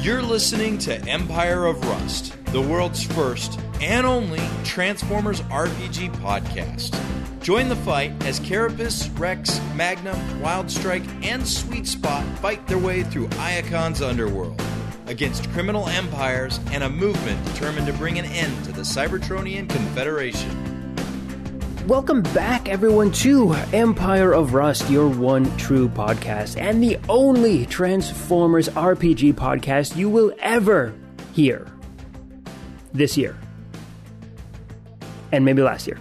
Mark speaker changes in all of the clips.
Speaker 1: You're listening to Empire of Rust, the world's first and only Transformers RPG podcast. Join the fight as Carapace, Rex, Magnum, Wildstrike, and Sweet Spot fight their way through Iacon's underworld against criminal empires and a movement determined to bring an end to the Cybertronian Confederation.
Speaker 2: Welcome back, everyone, to Empire of Rust, your one true podcast and the only Transformers RPG podcast you will ever hear this year. And maybe last year.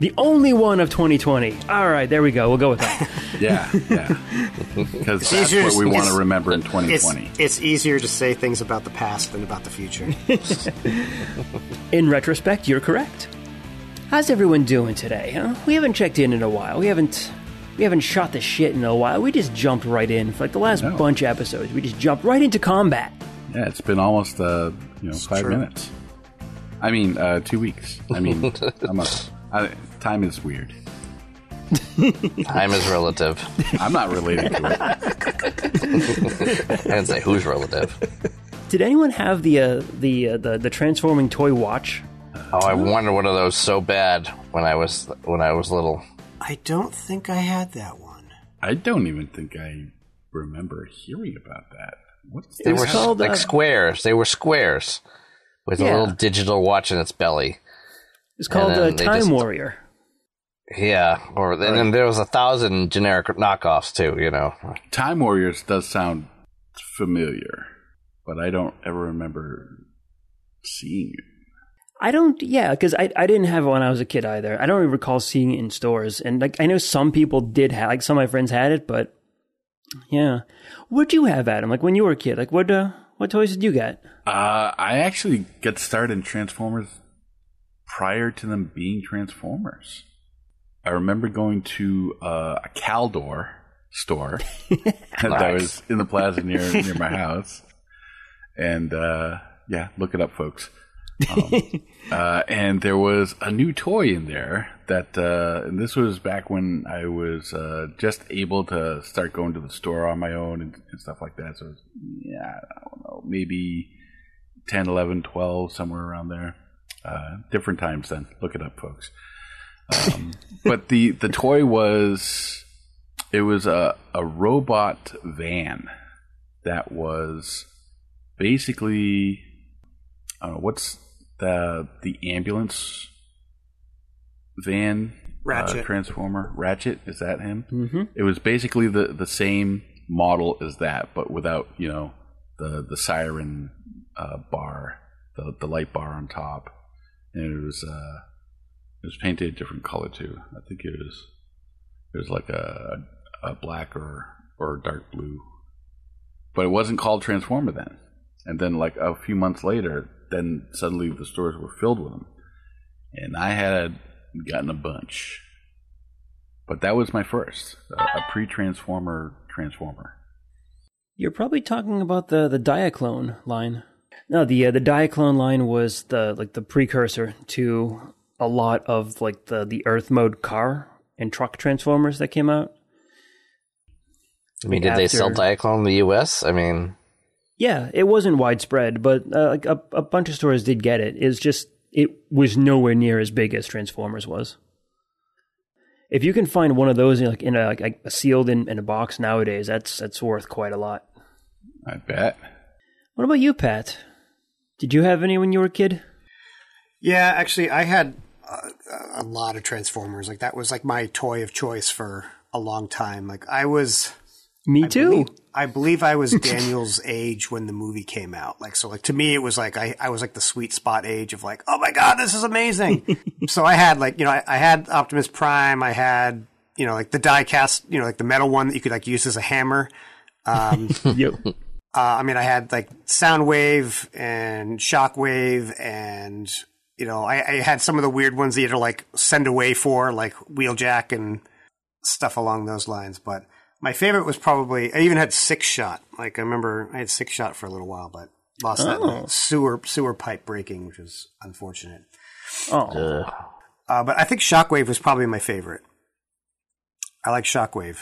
Speaker 2: The only one of 2020. All right, there we go. We'll go with that.
Speaker 3: Yeah, yeah. Because that's
Speaker 4: easier
Speaker 3: what
Speaker 4: to-
Speaker 3: we want
Speaker 4: it's-
Speaker 3: to remember in 2020.
Speaker 4: It's, it's easier to say things about the past than about the future.
Speaker 2: in retrospect, you're correct. How's everyone doing today? Huh? We haven't checked in in a while. We haven't we haven't shot the shit in a while. We just jumped right in. For like the last
Speaker 3: No.
Speaker 2: bunch of episodes, we just jumped right into combat.
Speaker 3: yeah, it's been almost uh, you know five
Speaker 4: true.
Speaker 3: minutes. I mean, uh, two weeks. I mean, a month. I, time is weird.
Speaker 5: Time is relative.
Speaker 3: I'm not related to it.
Speaker 5: I didn't say who's relative.
Speaker 2: Did anyone have the uh, the, uh, the the transforming toy watch?
Speaker 5: Oh, I wanted one of those so bad when I was when I was little.
Speaker 4: I don't think I had that one.
Speaker 3: I don't even think I remember hearing about that. What's
Speaker 5: They
Speaker 2: was
Speaker 5: were
Speaker 3: this?
Speaker 5: s-
Speaker 2: called,
Speaker 5: like
Speaker 2: uh,
Speaker 5: squares. They were squares with
Speaker 2: Yeah.
Speaker 5: a little digital watch in its belly.
Speaker 2: It's called
Speaker 5: And
Speaker 2: uh,
Speaker 5: then they
Speaker 2: Time
Speaker 5: just-
Speaker 2: Warrior.
Speaker 5: Yeah, or and then there was a thousand generic knockoffs too. You know,
Speaker 3: Time Warriors does sound familiar, but I don't ever remember seeing it.
Speaker 2: I don't, yeah, because I, I didn't have it when I was a kid either. I don't even recall seeing it in stores. And like I know some people did have, like some of my friends had it, but yeah. What'd you have, Adam? Like when you were a kid, like what uh, what toys did you get?
Speaker 3: Uh, I actually got started in Transformers prior to them being Transformers. I remember going to uh, a Caldor store that
Speaker 5: Nice.
Speaker 3: was in the plaza near near my house, and uh, yeah, look it up, folks. Um, uh, and there was a new toy in there that, uh, and this was back when I was uh, just able to start going to the store on my own and, and stuff like that. So, it was, yeah, I don't know, maybe 10, 11, 12, somewhere around there. Uh, different times then. Look it up, folks. Um, but the, the toy was it was a, a robot van that was basically I don't know what's the the ambulance van Uh,
Speaker 4: Ratchet.
Speaker 3: transformer ratchet is that him
Speaker 2: Mhm.
Speaker 3: it was basically the the same model as that but without you know the the siren uh, bar the the light bar on top and it was uh it was painted a different color too i think it was it was like a a black or or dark blue but it wasn't called transformer then and then like a few months later then suddenly the stores were filled with them and i had gotten a bunch but that was my first a, a pre-transformer transformer
Speaker 2: You're probably talking about the the Diaclone line. No, the uh, the Diaclone line was the like the precursor to a lot of like the the Earth mode car and truck transformers that came out.
Speaker 5: I mean, did they sell
Speaker 2: After-
Speaker 5: Diaclone in the U.S.? I mean,
Speaker 2: Yeah, it wasn't widespread, but uh, like a, a bunch of stores did get it. It's just it was nowhere near as big as Transformers was. If you can find one of those like in a like a sealed in, in a box nowadays, that's that's worth quite a lot.
Speaker 3: i bet
Speaker 2: What about you, Pat? Did you have any when you were a kid?
Speaker 4: Yeah, actually, I had a, a lot of Transformers. Like that was like my toy of choice for a long time. Like I was.
Speaker 2: Me
Speaker 4: I
Speaker 2: too.
Speaker 4: believe, I believe I was Daniel's age when the movie came out. Like so, like to me, it was like I, I was like the sweet spot age of like, oh my god, this is amazing. so I had like you know I, I had Optimus Prime. I had you know like the die cast you know like the metal one that you could like use as a hammer. Um,
Speaker 2: Yep.
Speaker 4: Uh, I mean, I had like Soundwave and Shockwave, and you know, I, I had some of the weird ones that you had to like send away for, like Wheeljack and stuff along those lines. But my favorite was probably I even had Six Shot. Like I remember I had Six Shot for a little while, but lost that in a
Speaker 2: Oh.
Speaker 4: sewer sewer pipe breaking, which was unfortunate.
Speaker 2: Oh,
Speaker 4: Uh, but I think Shockwave was probably my favorite. I like Shockwave.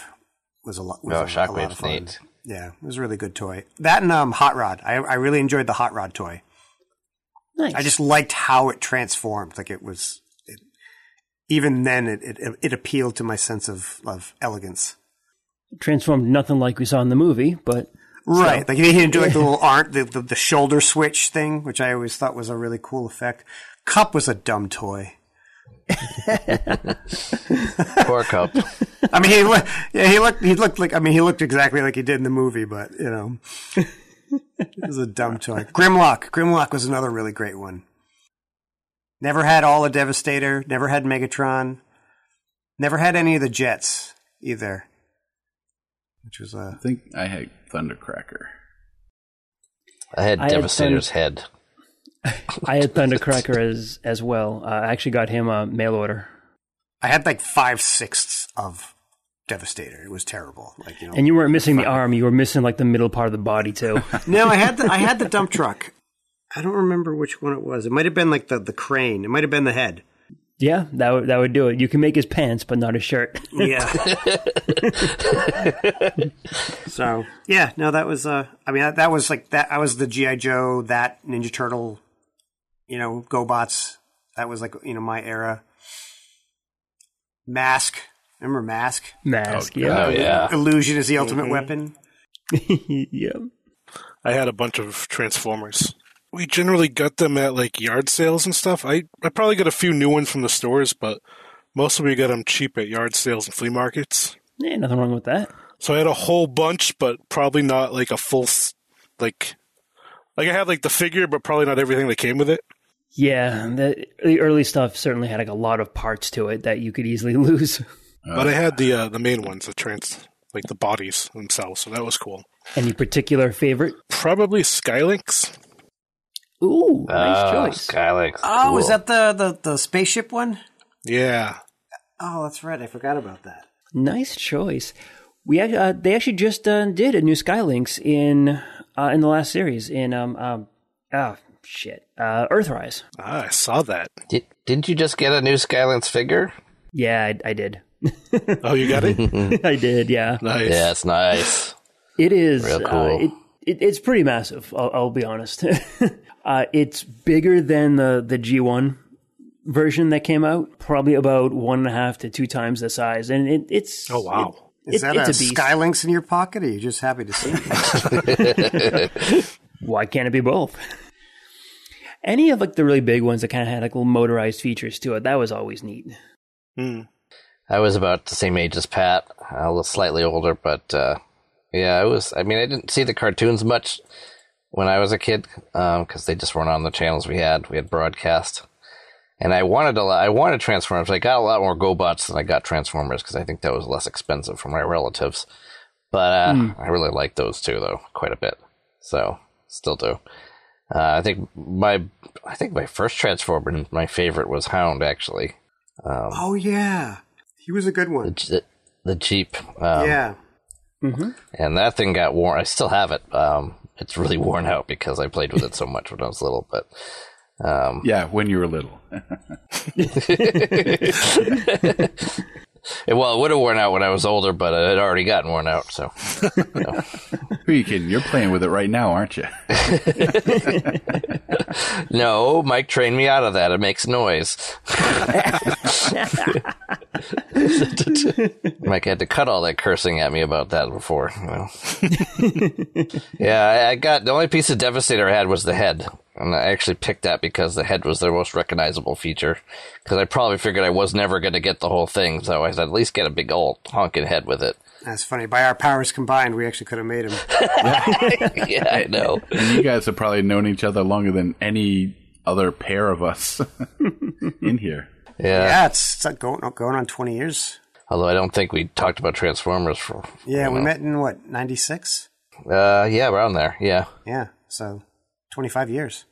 Speaker 4: Was a lot. Was a, a
Speaker 5: oh,
Speaker 4: lot of
Speaker 5: Shockwave's
Speaker 4: fun.
Speaker 5: neat.
Speaker 4: Yeah, it was a really good toy. That and um, Hot Rod. I, I really enjoyed the Hot Rod toy.
Speaker 2: Nice.
Speaker 4: I just liked how it transformed. Like it was, it, even then, it, it it appealed to my sense of of elegance.
Speaker 2: transformed nothing like we saw in the movie, but
Speaker 4: Right. Like he didn't do like the little arm, the, the the shoulder switch thing, which I always thought was a really cool effect. Cup was a dumb toy.
Speaker 5: Poor cup.
Speaker 4: I mean, he looked, yeah, he looked, he looked like, I mean, he looked exactly like he did in the movie, but you know, it was a dumb toy. Grimlock, Grimlock was another really great one. Never had all a Devastator, never had Megatron, never had any of the Jets either, which was a
Speaker 3: I think I had Thundercracker.
Speaker 5: I had
Speaker 2: I had
Speaker 5: Devastator's head.
Speaker 2: I had Thundercracker as as well. Uh, I actually got him a mail order,
Speaker 4: I had like five sixths of Devastator. It was terrible. Like you know,
Speaker 2: and you weren't missing the arm; you were missing like the middle part of the body too.
Speaker 4: No, I had the I had the dump truck. I don't remember which one it was. It might have been like the the crane. It might have been the head.
Speaker 2: yeah, that would that would do it. You can make his pants, but not his shirt.
Speaker 4: Yeah. so yeah, no, that was uh, I mean, that, that was like that. I was the GI Joe, that Ninja Turtle, you know, GoBots. That was like you know my era. Mask, remember Mask?
Speaker 2: Mask.
Speaker 5: Oh
Speaker 2: yeah.
Speaker 5: yeah.
Speaker 4: Illusion is the ultimate weapon.
Speaker 2: yeah.
Speaker 6: I had a bunch of Transformers. We generally got them at like yard sales and stuff. I, I probably got a few new ones from the stores, but mostly we got them cheap at yard sales and flea markets.
Speaker 2: Yeah, nothing wrong with that.
Speaker 6: So I had a whole bunch, but probably not like a full s- like like I had like the figure, but probably not everything that came with it.
Speaker 2: Yeah, the, the early stuff certainly had like a lot of parts to it that you could easily lose,
Speaker 6: But I had the uh, the main ones, the trans like the bodies themselves. So that was cool.
Speaker 2: Any particular favorite?
Speaker 6: Probably Skylinks.
Speaker 2: Ooh, nice
Speaker 5: Oh,
Speaker 2: choice.
Speaker 5: Skylinks.
Speaker 4: Oh, is
Speaker 5: Cool.
Speaker 4: that the, the the spaceship one?
Speaker 6: Yeah.
Speaker 4: Oh, that's right. I forgot about that.
Speaker 2: Nice choice. We act- uh, they actually just uh, did a new Skylinks in uh, in the last series in um um ah shit uh, Earthrise.
Speaker 6: Ah, I saw that.
Speaker 5: Did, didn't you just get a new Skylinks figure?
Speaker 2: Yeah, I, I did.
Speaker 6: Oh, you got it?
Speaker 2: I did. Yeah,
Speaker 6: nice.
Speaker 5: Yeah, it's nice.
Speaker 2: it is.
Speaker 5: Real
Speaker 2: uh,
Speaker 5: cool.
Speaker 2: it, it, it's pretty massive. I'll, I'll be honest. uh, it's bigger than the the G one version that came out. Probably about one and a half to two times the size, and it, it's
Speaker 6: Oh wow.
Speaker 2: it-
Speaker 4: Is
Speaker 2: it-
Speaker 4: that
Speaker 2: it's
Speaker 4: a,
Speaker 2: beast.
Speaker 4: Skylinks in your pocket? Or are you just happy to see? it?
Speaker 5: Um,
Speaker 2: why can't it be both? Any of like the really big ones that kind of had like little motorized features to it, that was always neat.
Speaker 6: Hmm.
Speaker 5: I was about the same age as Pat. I was slightly older, but uh, yeah, I was. I mean, I didn't see the cartoons much when I was a kid because they just weren't on the channels we had. We had broadcast, and I wanted a lot. I wanted Transformers. I got a lot more GoBots than I got Transformers because I think that was less expensive for my relatives. But uh, I really liked those two though quite a bit. So still do. Uh, I think my I think my first Transformer, my favorite was Hound actually.
Speaker 4: oh yeah, he was a good
Speaker 5: The
Speaker 4: one.
Speaker 5: J- the Jeep. Um,
Speaker 4: yeah.
Speaker 5: and that thing got worn. I still have it. Um, it's really worn out because I played with it so much when I was little. But
Speaker 3: Yeah, when you were little.
Speaker 5: it, well, it would have worn out when I was older, but it had already gotten worn out. So
Speaker 3: Who are you kidding? You're playing with it right now, aren't you?
Speaker 5: no, Mike trained me out of that. It makes noise. Mike had to cut all that cursing at me about that before. You know. yeah, I, I got the only piece of Devastator I had was the head. And I actually picked that because the head was their most recognizable feature. Because I probably figured I was never going to get the whole thing, so I said at least get a big old honking head with it.
Speaker 4: That's funny. By our powers combined, we actually could have made him.
Speaker 5: yeah, I know.
Speaker 3: And you guys have probably known each other longer than any other pair of us in here.
Speaker 5: Yeah.
Speaker 4: yeah, it's, it's like going, going on 20 years.
Speaker 5: Although I don't think we talked about Transformers for.
Speaker 4: Yeah,
Speaker 5: you
Speaker 4: we
Speaker 5: know.
Speaker 4: met in what, 96?
Speaker 5: Uh, yeah, around there. Yeah.
Speaker 4: Yeah, so 25 years.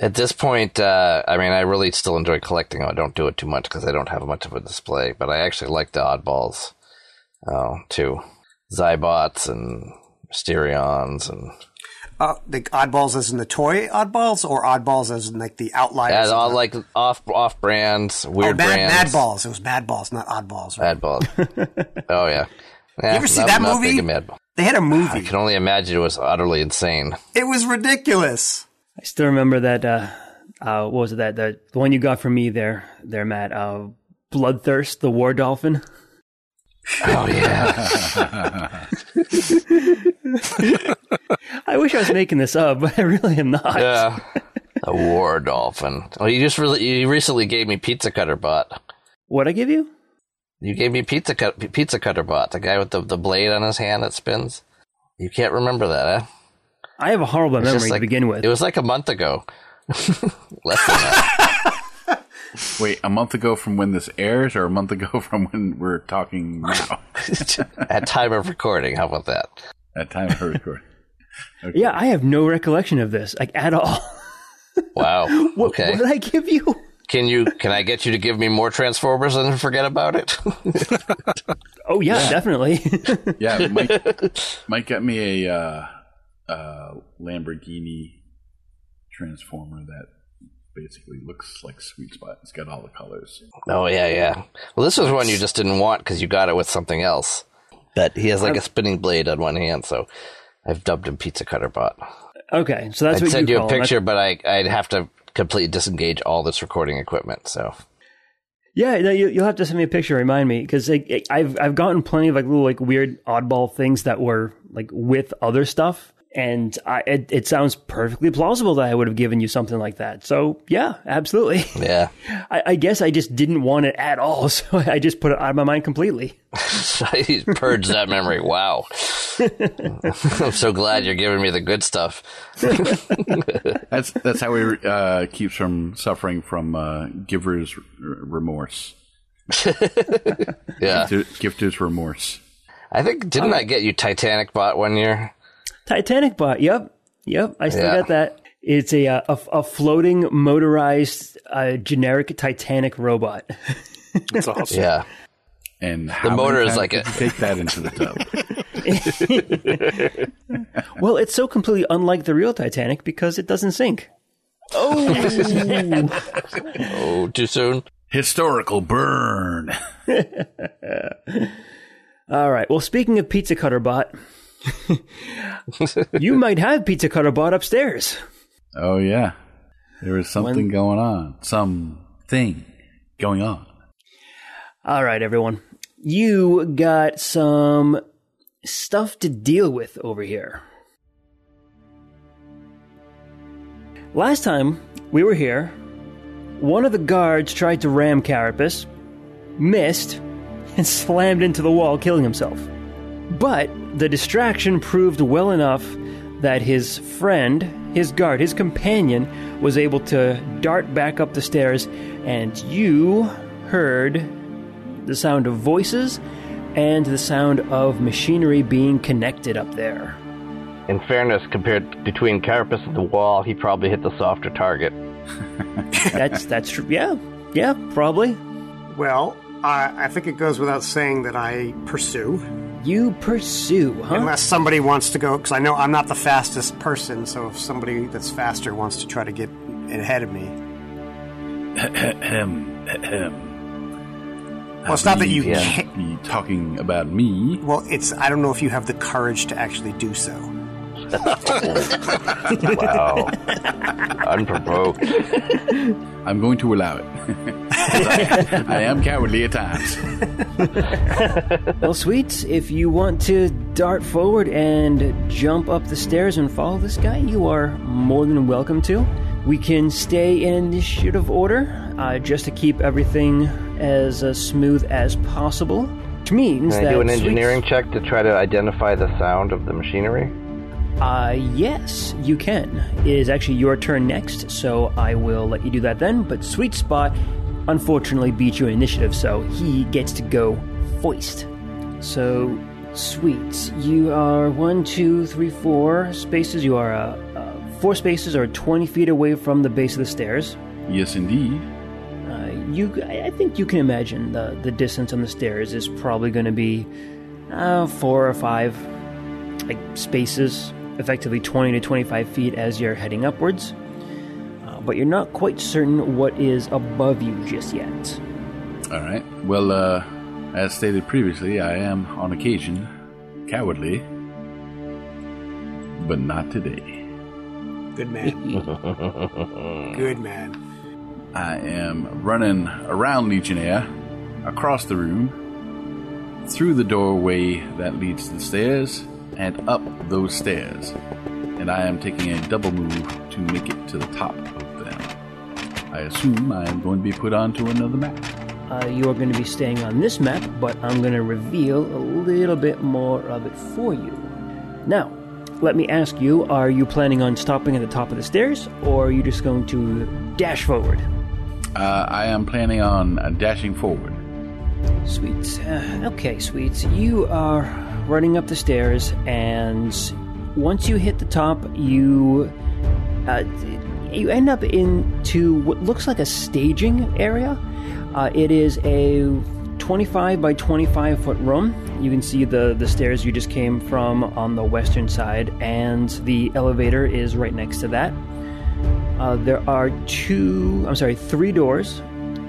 Speaker 5: At this point, uh, I mean, I really still enjoy collecting. I don't do it too much because I don't have much of a display, but I actually like the oddballs uh, too. Zybots and Mysterions and
Speaker 4: Uh, the oddballs as in the toy oddballs or oddballs as in like the
Speaker 5: yeah,
Speaker 4: outliers?
Speaker 5: all like off off brands,
Speaker 4: oh,
Speaker 5: weird
Speaker 4: mad, mad
Speaker 5: brands,
Speaker 4: balls. It was mad balls, not oddballs. Right?
Speaker 5: Mad balls. oh yeah. You
Speaker 4: ever see that movie?
Speaker 5: Mad Ball.
Speaker 4: They had a
Speaker 5: I
Speaker 4: movie.
Speaker 5: can only imagine it was utterly insane.
Speaker 4: It was ridiculous.
Speaker 2: I still remember that. Uh, uh, what was it that that the one you got from me there, there, Matt? Uh, Bloodthirst, the War Dolphin.
Speaker 5: Oh yeah,
Speaker 2: I wish I was making this up, but I really am not.
Speaker 5: yeah. A war dolphin. Oh, you just really you recently gave me pizza cutter bot.
Speaker 2: What I give you?
Speaker 5: You gave me pizza cut pizza cutter bot. The guy with the the blade on his hand that spins. You can't remember that, eh?
Speaker 2: I have a horrible
Speaker 5: It's just
Speaker 2: memory
Speaker 5: like-
Speaker 2: to begin with.
Speaker 5: It was like a month ago. Less than that.
Speaker 3: Wait, a month ago from when this airs, or a month ago from when we're talking now?
Speaker 5: At time of recording, how about that?
Speaker 3: At time of recording.
Speaker 2: yeah, I have no recollection of this, like at all.
Speaker 5: Wow.
Speaker 2: what,
Speaker 5: okay.
Speaker 2: what did I give you?
Speaker 5: Can you can I get you to give me more Transformers and forget about it?
Speaker 2: Oh yeah, definitely.
Speaker 3: Yeah, Mike, Mike got me a uh, uh, Lamborghini Transformer that basically looks like Sweet Spot. It's got all the colors.
Speaker 5: oh yeah, yeah. Well, this was one you just didn't want because you got it with something else. But he has like a spinning blade on one hand, so I've dubbed him Pizza Cutter Bot.
Speaker 2: okay, so that's
Speaker 5: I'd
Speaker 2: what
Speaker 5: send
Speaker 2: you,
Speaker 5: you,
Speaker 2: call
Speaker 5: a
Speaker 2: 'em. That's-
Speaker 5: picture, but I I'd have to completely disengage all this recording equipment. So
Speaker 2: Yeah, no, you, you'll have to send me a picture. Remind me because like, I've I've gotten plenty of like little like weird oddball things that were like with other stuff, and I it, it sounds perfectly plausible that I would have given you something like that. So yeah, absolutely.
Speaker 5: yeah,
Speaker 2: I, I guess I just didn't want it at all, so I just put it out of my mind completely.
Speaker 5: So he's purged that memory. Wow. I'm so glad you're giving me the good stuff.
Speaker 3: That's that's how he uh, keeps from suffering from uh, giver's r- remorse.
Speaker 5: Yeah,
Speaker 3: Gifter- Gifter's remorse.
Speaker 5: I think didn't I get you Titanic Bot one year?
Speaker 2: Titanic bot. Yep, yep. I still
Speaker 5: Yeah.
Speaker 2: got that. It's a, uh, a a floating motorized uh, generic Titanic robot.
Speaker 6: It's awesome.
Speaker 5: Yeah.
Speaker 3: And how many
Speaker 5: motor is
Speaker 3: times
Speaker 5: like
Speaker 3: did
Speaker 5: a-
Speaker 3: you Take that into the tub.
Speaker 2: Well, it's so completely unlike the real Titanic because it doesn't sink.
Speaker 5: Oh, too soon.
Speaker 3: Historical burn.
Speaker 2: All right. Well, speaking of Pizza Cutter Bot, you might have Pizza Cutter Bot upstairs.
Speaker 3: Oh yeah, there was something going on. Something going on.
Speaker 2: All right, everyone. You got some stuff to deal with over here. Last time we were here, one of the guards tried to ram Carapace, missed, and slammed into the wall, killing himself. But the distraction proved well enough that his friend, his guard, his companion, was able to dart back up the stairs, and you heard the sound of voices and the sound of machinery being connected up there.
Speaker 5: In fairness, compared between Carapace and the wall, he probably hit the softer target.
Speaker 2: That's that's true. Yeah, yeah, probably.
Speaker 4: Well, I, I think it goes without saying that I pursue.
Speaker 2: You pursue, huh?
Speaker 4: Unless somebody wants to go, because I know I'm not the fastest person, so if somebody that's faster wants to try to get ahead of me.
Speaker 3: Ahem, ahem.
Speaker 4: Well, it's not that you
Speaker 5: Yeah.
Speaker 4: can't.
Speaker 3: Be talking about me.
Speaker 4: Well, it's, I don't know if you have the courage to actually do so.
Speaker 5: Wow. Unprovoked.
Speaker 3: I'm going to allow it. 'Cause I, I am cowardly at times.
Speaker 2: Well, sweets, if you want to dart forward and jump up the stairs and follow this guy, you are more than welcome to. We can stay in initiative order uh, just to keep everything as uh, smooth as possible. Which means
Speaker 5: Can I
Speaker 2: that
Speaker 5: do an
Speaker 2: Sweets-
Speaker 5: engineering check to try to identify the sound of the machinery?
Speaker 2: Uh, yes, you can. It is actually your turn next, so I will let you do that then. But Sweet Spot, unfortunately, beat you in initiative, so he gets to go foist. So, Sweets, you are one, two, three, four spaces. You are uh, uh, four spaces or 20 feet away from the base of the stairs.
Speaker 3: Yes, indeed.
Speaker 2: Uh, you, I I think you can imagine the, the distance on the stairs is probably going to be uh, four or five like spaces, effectively 20 to 25 feet as you're heading upwards. Uh, but you're not quite certain what is above you just yet.
Speaker 3: All right. Well, uh, as stated previously, I am on occasion cowardly, but not today.
Speaker 4: Good man. Good man.
Speaker 3: I am running around Legionnaire, across the room, through the doorway that leads to the stairs, and up those stairs. And I am taking a double move to make it to the top of them. I assume I am going to be put onto another map.
Speaker 2: Uh, you are going to be staying on this map, but I'm going to reveal a little bit more of it for you. Now, let me ask you are you planning on stopping at the top of the stairs, or are you just going to dash forward?
Speaker 3: Uh, I am planning on uh, dashing forward.
Speaker 2: Sweets. Uh, okay, Sweets. You are running up the stairs, and once you hit the top, you uh, you end up into what looks like a staging area. Uh, it is a 25 by 25 foot room. You can see the the stairs you just came from on the western side, and the elevator is right next to that. Uh, there are two, I'm sorry, three doors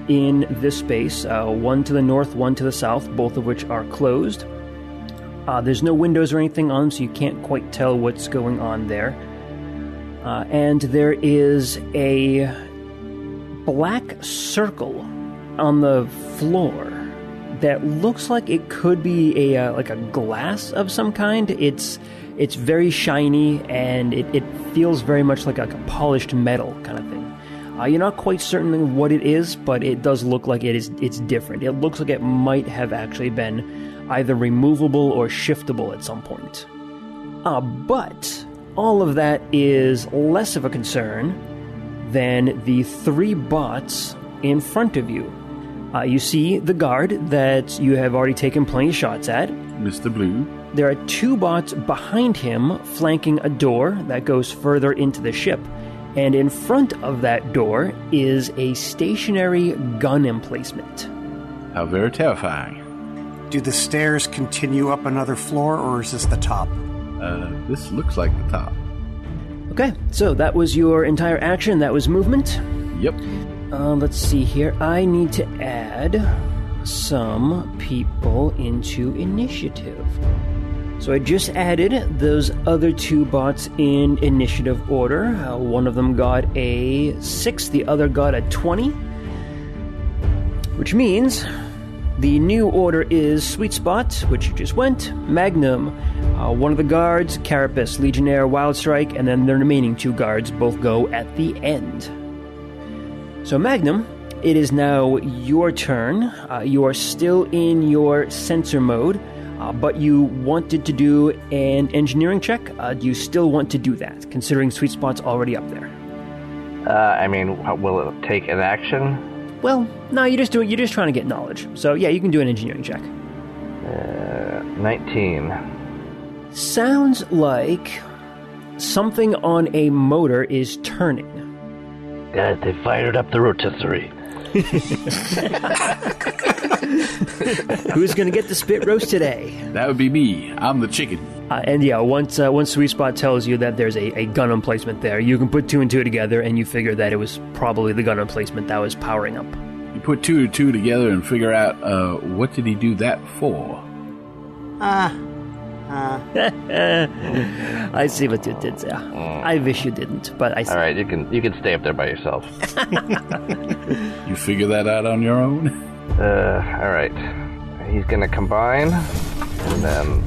Speaker 2: in this space uh, one to the north, one to the south, both of which are closed. Uh, there's no windows or anything on, so you can't quite tell what's going on there. Uh, and there is a black circle on the floor that looks like it could be a uh, like a glass of some kind. It's it's very shiny and it, it feels very much like a, like a polished metal kind of thing. Uh, you're not quite certain what it is, but it does look like it is it's different. It looks like it might have actually been either removable or shiftable at some point. Uh, but all of that is less of a concern than the three bots in front of you. Uh, you see the guard that you have already taken plenty of shots at.
Speaker 3: Mr. Blue,
Speaker 2: There are two bots behind him flanking a door that goes further into the ship. And in front of that door is a stationary gun emplacement.
Speaker 3: how very terrifying.
Speaker 4: Do the stairs continue up another floor, or is this the top?
Speaker 3: Uh, this looks like the top.
Speaker 2: Okay, so that was your entire action. That was movement.
Speaker 3: Yep.
Speaker 2: Uh, let's see here. I need to add some people into initiative. So I just added those other two bots in initiative order. Uh, one of them got a 6, the other got a 20. Which means the new order is Sweet Spot, which you just went, Magnum, uh, one of the guards, Carapace, Legionnaire, Wildstrike, and then the remaining two guards both go at the end. So, Magnum, it is now your turn. Uh, you are still in your sensor mode, uh, but you wanted to do an engineering check. Uh, do you still want to do that, considering Sweet Spot's already up there?
Speaker 5: Uh, I mean, wh- will it take an action?
Speaker 2: Well, no, you're just doing. You're just trying to get knowledge. So yeah, you can do an engineering check.
Speaker 5: 19.
Speaker 2: Sounds like something on a motor is turning.
Speaker 5: God, they fired up the rotisserie.
Speaker 2: Who's going to get the spit roast today?
Speaker 3: That would be me. I'm the chicken.
Speaker 2: Uh, and yeah, once uh, once Sweet Spot tells you that there's a, a gun emplacement there, you can put two and two together, and you figure that it was probably the gun emplacement that was powering up.
Speaker 3: You put two and two together and figure out uh, what did he do that for.
Speaker 2: I see what you did there. I wish you didn't, but I see.
Speaker 5: Oh. All right, you can you can stay up there by yourself.
Speaker 3: You figure that out on your own.
Speaker 5: Uh, all right. He's gonna combine, and then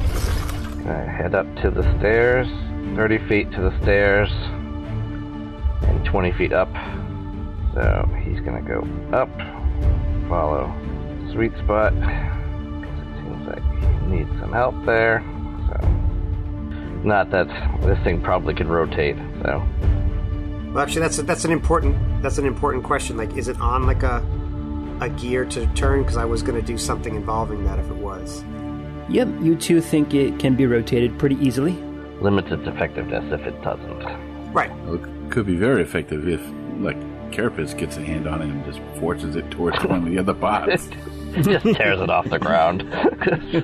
Speaker 5: gonna head up to the stairs, 30 feet to the stairs, and 20 feet up. So he's gonna go up, follow sweet spot. 'cause It seems like he needs some help there. So, not that this thing probably could rotate. So,
Speaker 4: Well, actually, that's that's an important that's an important question. Like, is it on like a a gear to turn? Because I was going to do something involving that if it was.
Speaker 2: Yep, you two think it can be rotated pretty easily.
Speaker 5: limits its effectiveness if it doesn't.
Speaker 4: Right.
Speaker 3: Well, it could be very effective if, like, Carapace gets a hand on it and just forces it towards one of the other bots.
Speaker 5: Just tears it off the ground.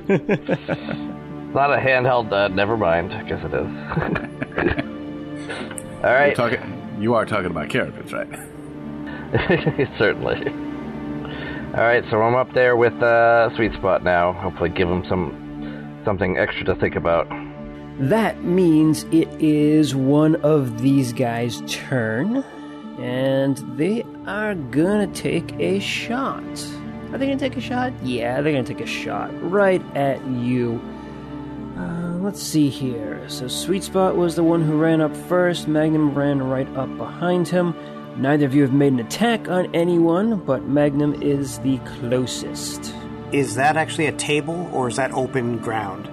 Speaker 5: Not a handheld. Uh, never mind. I guess it is. All
Speaker 3: You're
Speaker 5: right.
Speaker 3: talking, you are talking about Carapace, right?
Speaker 5: Certainly. All right. So I'm up there with uh, sweet spot now. Hopefully, give him some something extra to think about.
Speaker 2: That means it is one of these guys' turn, and they are gonna take a shot. Are they gonna take a shot? Yeah, they're gonna take a shot right at you. Uh, let's see here. So, Sweet Spot was the one who ran up first, Magnum ran right up behind him. Neither of you have made an attack on anyone, but Magnum is the closest.
Speaker 4: Is that actually a table or is that open ground?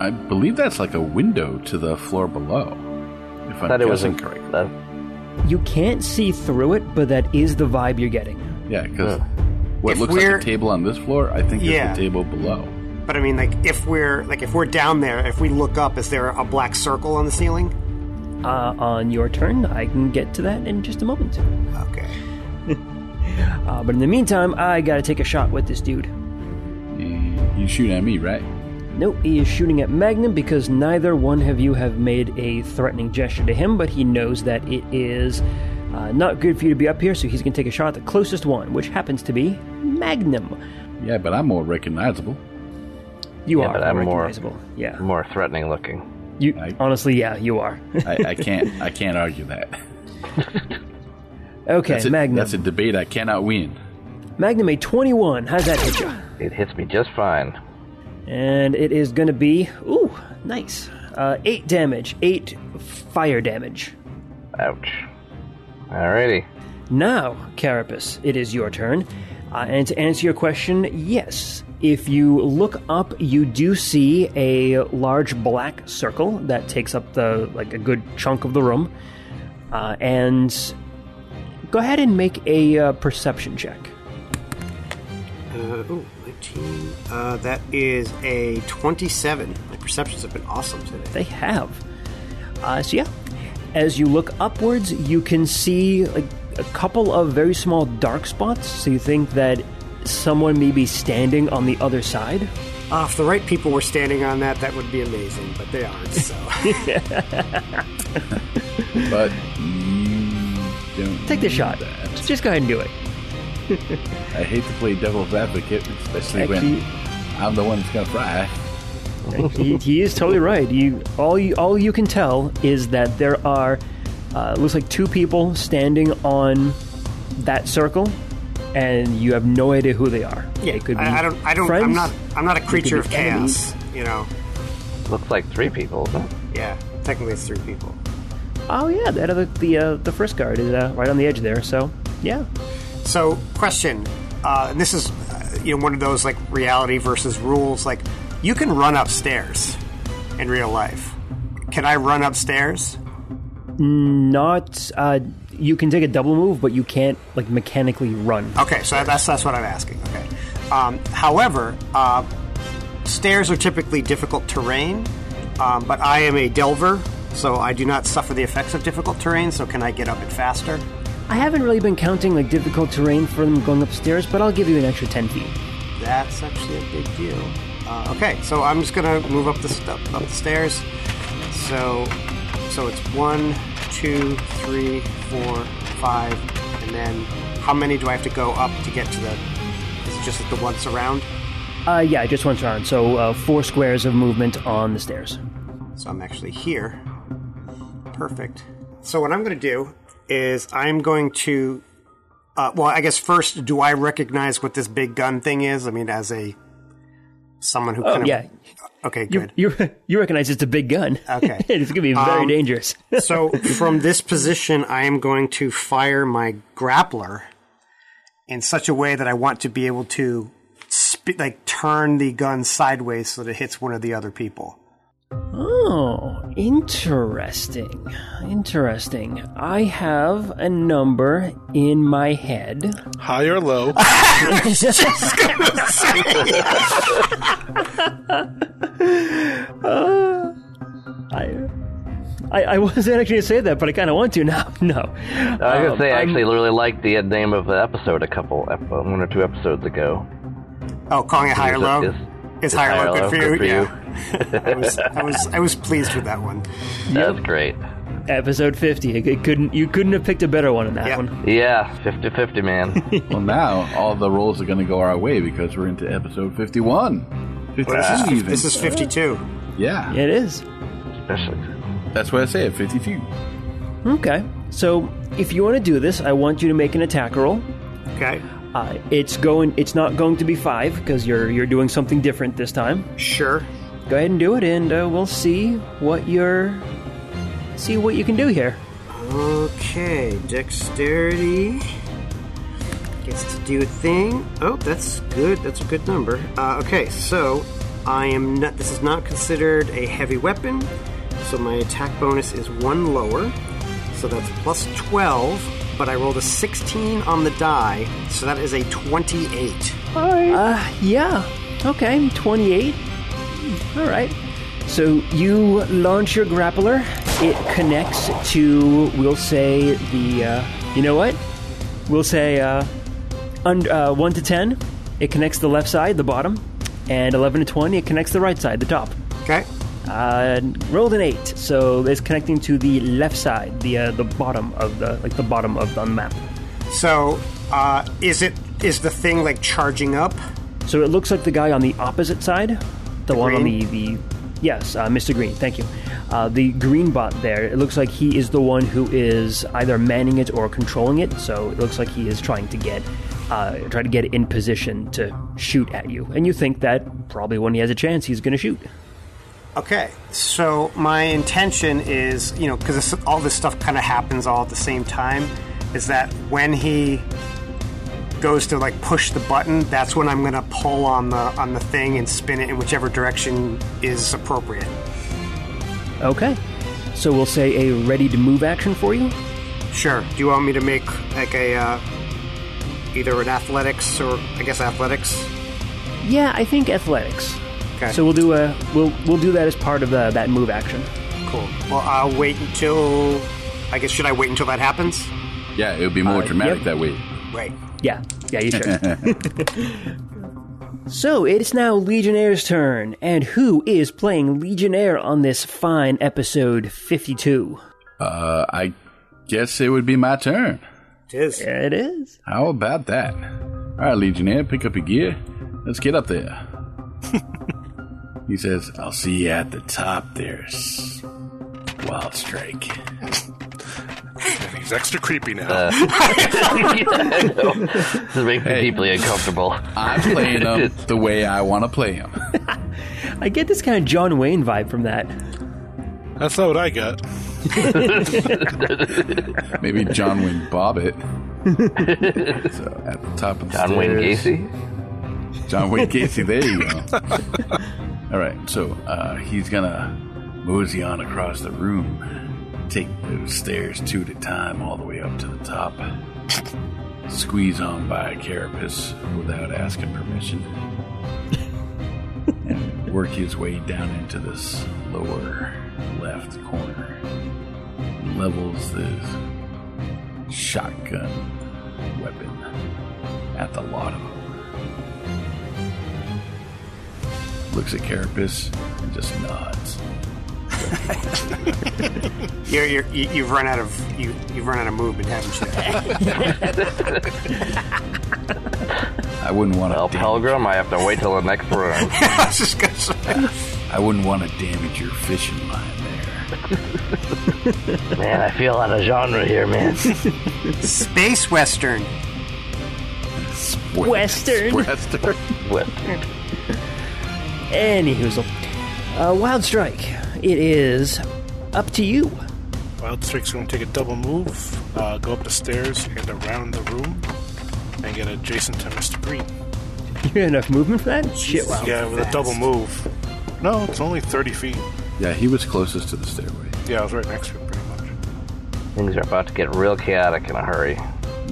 Speaker 3: I believe that's like a window to the floor below. If I'm
Speaker 5: Thought it was
Speaker 3: guessing correctly.
Speaker 5: incorrect.
Speaker 2: You can't see through it, but that is the vibe you're getting.
Speaker 3: Yeah, because what
Speaker 4: If
Speaker 3: looks like a
Speaker 4: we're-
Speaker 3: table on this floor, I think
Speaker 4: Yeah.
Speaker 3: is the table below.
Speaker 4: But I mean, like if we're like if we're down there, if we look up, is there a black circle on the ceiling?
Speaker 2: Uh, on your turn, I can get to that in just a moment.
Speaker 4: Okay.
Speaker 2: Uh, but in the meantime, I gotta take a shot with this dude.
Speaker 3: You, you shoot at me, right?
Speaker 2: Nope, he is shooting at Magnum because neither one of you have made a threatening gesture to him, but he knows that it is uh, not good for you to be up here, so he's gonna take a shot at the closest one, which happens to be Magnum.
Speaker 3: Yeah, but I'm more recognizable.
Speaker 2: You
Speaker 5: Yeah,
Speaker 2: are
Speaker 5: but I'm more-
Speaker 2: recognizable. yeah.
Speaker 5: More threatening looking.
Speaker 2: You
Speaker 3: I-
Speaker 2: honestly, yeah, you are.
Speaker 3: I, I can't. I can't argue that.
Speaker 2: okay,
Speaker 3: That's a,
Speaker 2: Magnum.
Speaker 3: That's a debate I cannot win.
Speaker 2: Magnum a twenty-one. How's that hit you?
Speaker 5: It hits me just fine.
Speaker 2: And it is going to be ooh, nice. Uh, eight damage, eight fire damage.
Speaker 5: Ouch. Alrighty.
Speaker 2: Now, Carapace, it is your turn. Uh, and to answer your question, yes. If you look up, you do see a large black circle that takes up the like a good chunk of the room. Uh, and go ahead and make a uh, perception check.
Speaker 4: Uh, ooh, 19. Uh, that is a 27. My perceptions have been awesome today.
Speaker 2: They have. Uh, so yeah, as you look upwards, you can see like a couple of very small dark spots. So you think that someone may be standing on the other side.
Speaker 4: Uh, if the right people were standing on that, that would be amazing, but they aren't, so.
Speaker 3: But you don't
Speaker 2: Take the
Speaker 3: need
Speaker 2: shot.
Speaker 3: That.
Speaker 2: Just go ahead and do it.
Speaker 3: I hate to play devil's advocate, especially
Speaker 2: Actually-
Speaker 3: when I'm the one that's gonna fry.
Speaker 2: he, he is totally right. You all you all you can tell is that there are uh, looks like two people standing on that circle, and you have no idea who they are.
Speaker 4: yeah,
Speaker 2: They could be
Speaker 4: I, I don't, I don't,
Speaker 2: friends.
Speaker 4: I'm not, I'm not a creature
Speaker 2: be
Speaker 4: of chaos, you know.
Speaker 5: Looks like three people. isn't it?
Speaker 4: Yeah, technically it's three people.
Speaker 2: Oh yeah, that other the uh, the first guard is uh, right on the edge there. So yeah,
Speaker 4: So, question, uh, and this is, uh, you know, one of those, like, reality versus rules, like, you can run upstairs in real life. Can I run upstairs?
Speaker 2: not uh, you can take a double move, but you can't like mechanically run.
Speaker 4: Okay, so that's that's what I'm asking. Okay. Um, however, uh, stairs are typically difficult terrain, um, but I am a delver, so I do not suffer the effects of difficult terrain. So can I get up it faster?
Speaker 2: I haven't really been counting like difficult terrain for them going upstairs, but I'll give you an extra ten feet.
Speaker 4: That's actually a big deal. Uh, okay, so I'm just gonna move up the st- up the stairs. So, so it's one, two, three, four, five, and then how many do I have to go up to get to the? Is it just at the once around?
Speaker 2: Uh, yeah, just one round. So uh, four squares of movement on the stairs.
Speaker 4: So I'm actually here. Perfect. So what I'm going to do is I'm going to. Uh, well, I guess first, do I recognize what this big gun thing is? I mean, as a someone who kind of
Speaker 2: Oh, yeah.
Speaker 4: Okay,
Speaker 2: You,
Speaker 4: good.
Speaker 2: you you recognize it's a big gun.
Speaker 4: Okay.
Speaker 2: it's gonna be very
Speaker 4: Um,
Speaker 2: dangerous.
Speaker 4: so from this position, I am going to fire my grappler in such a way that I want to be able to sp- like turn the gun sideways so that it hits one of the other people.
Speaker 2: Oh, interesting. Interesting. I have a number in my head.
Speaker 6: High or low?
Speaker 2: I, I, I wasn't actually going to say that, but I kind of want to now. No.
Speaker 5: I was
Speaker 2: Um,
Speaker 5: gonna say, I
Speaker 2: I'm-
Speaker 5: actually really liked the uh, name of the episode a couple, ep- one or two episodes ago.
Speaker 4: Oh, calling it high or
Speaker 5: Is-
Speaker 4: low?
Speaker 5: is-
Speaker 4: Is
Speaker 5: is
Speaker 4: high or low good for you?
Speaker 5: for you?
Speaker 4: Yeah. I, was, I, was, I was pleased with that one.
Speaker 5: That's great.
Speaker 2: episode 50. It, it couldn't, you couldn't have picked a better one than that
Speaker 4: Yep.
Speaker 2: one.
Speaker 5: Yeah, 50 50, man.
Speaker 3: Well, now all the rolls are gonna go our way because we're into episode 51. 52
Speaker 4: Well, this, is,
Speaker 3: even.
Speaker 4: this is 52.
Speaker 3: yeah.
Speaker 2: It is.
Speaker 5: especially.
Speaker 3: That's what I said, 52.
Speaker 2: Okay. So if you want to do this, I want you to make an attack roll.
Speaker 4: Okay.
Speaker 2: Uh, it's going. It's not going to be five because you're you're doing something different this time.
Speaker 4: Sure.
Speaker 2: Go ahead and do it, and uh, we'll see what your see what you can do here.
Speaker 4: Okay, dexterity gets to do a thing. Oh, that's good. That's a good number. Uh, okay, so I am not. This is not considered a heavy weapon, so my attack bonus is one lower. So that's plus twelve. But I rolled a sixteen on the die, so that is a twenty-eight.
Speaker 2: Uh, yeah. Okay, 28. All right. So you launch your grappler. It connects to, we'll say, the, uh, you know what? We'll say uh, un- uh, 1 to 10. It connects the left side, the bottom. And 11 to 20, it connects the right side, the top.
Speaker 4: Okay.
Speaker 2: Uh, rolled an 8, so it's connecting to the left side, the uh, the bottom of the, like the bottom of the map.
Speaker 4: So, uh, is it is the thing like charging up?
Speaker 2: So it looks like the guy on the opposite side, the, one
Speaker 4: green?
Speaker 2: on the the yes, uh, Mr. Green. Thank you. Uh, the green bot there. It looks like he is the one who is either manning it or controlling it. So it looks like he is trying to get uh, try to get in position to shoot at you. And you think that probably when he has a chance, he's going to shoot.
Speaker 4: Okay, so my intention is, you know, because all this stuff kind of happens all at the same time, is that when he goes to like push the button, that's when I'm gonna pull on the on the thing and spin it in whichever direction is appropriate.
Speaker 2: Okay. So we'll say a ready to move action for you.
Speaker 4: Sure. Do you want me to make like a uh, either an athletics or I guess athletics?
Speaker 2: Yeah, I think athletics.
Speaker 4: Okay.
Speaker 2: So we'll do a we'll we'll do that as part of the, that move action.
Speaker 4: cool. Well, I'll wait until. I guess should I wait until that happens?
Speaker 3: Yeah, it would be more
Speaker 2: Uh,
Speaker 3: dramatic
Speaker 2: yep.
Speaker 3: that way.
Speaker 4: Right.
Speaker 2: Yeah, yeah, you should. so it is now Legionnaire's turn, and who is playing Legionnaire on this fine episode 52?
Speaker 3: Uh, I guess it would be my turn.
Speaker 4: It is.
Speaker 2: Yeah, it is.
Speaker 3: How about that? All right, Legionnaire, pick up your gear. Let's get up there. he says, I'll see you at the top there, s- Wild Strike.
Speaker 6: He's extra creepy now.
Speaker 5: uh, This makes me deeply uncomfortable.
Speaker 3: I'm playing him the way I want to play him.
Speaker 2: I get this kind of John Wayne vibe from that.
Speaker 6: That's not what I got.
Speaker 3: Maybe John Wayne Bobbitt. so at the top of the
Speaker 5: John Wayne
Speaker 3: stairs.
Speaker 5: Gacy.
Speaker 3: John Wayne Gacy. There you go. All right, so uh, he's gonna mosey on across the room, take those stairs two at a time, all the way up to the top. Squeeze on by a carapace without asking permission, and work his way down into this lower left corner. Levels this shotgun weapon at the lot of them. looks at Carapace and just nods.
Speaker 4: You're, you're, you- you've run out of you, you've run out of movement, haven't you?
Speaker 3: I wouldn't want to.
Speaker 5: Well, Pelgrim, I have to wait till the next room.
Speaker 4: I was just gonna say.
Speaker 3: I wouldn't want to damage your fishing line there.
Speaker 5: Man, I feel out of genre here, man.
Speaker 4: Space Western.
Speaker 3: Boy,
Speaker 2: Western.
Speaker 3: Western.
Speaker 5: With
Speaker 2: Anywhoozle. Uh, Wild Strike, it is up to you.
Speaker 6: Wild Streak's going to take a double move, uh, go up the stairs and around the room, and get adjacent to Mr. Green.
Speaker 2: You got enough movement for that? Shit, wow.
Speaker 6: yeah, with a double move. No, it's only 30 feet.
Speaker 3: Yeah, he was closest to the stairway.
Speaker 6: Yeah, I was right next to him pretty much.
Speaker 5: things are about to get real chaotic in a hurry.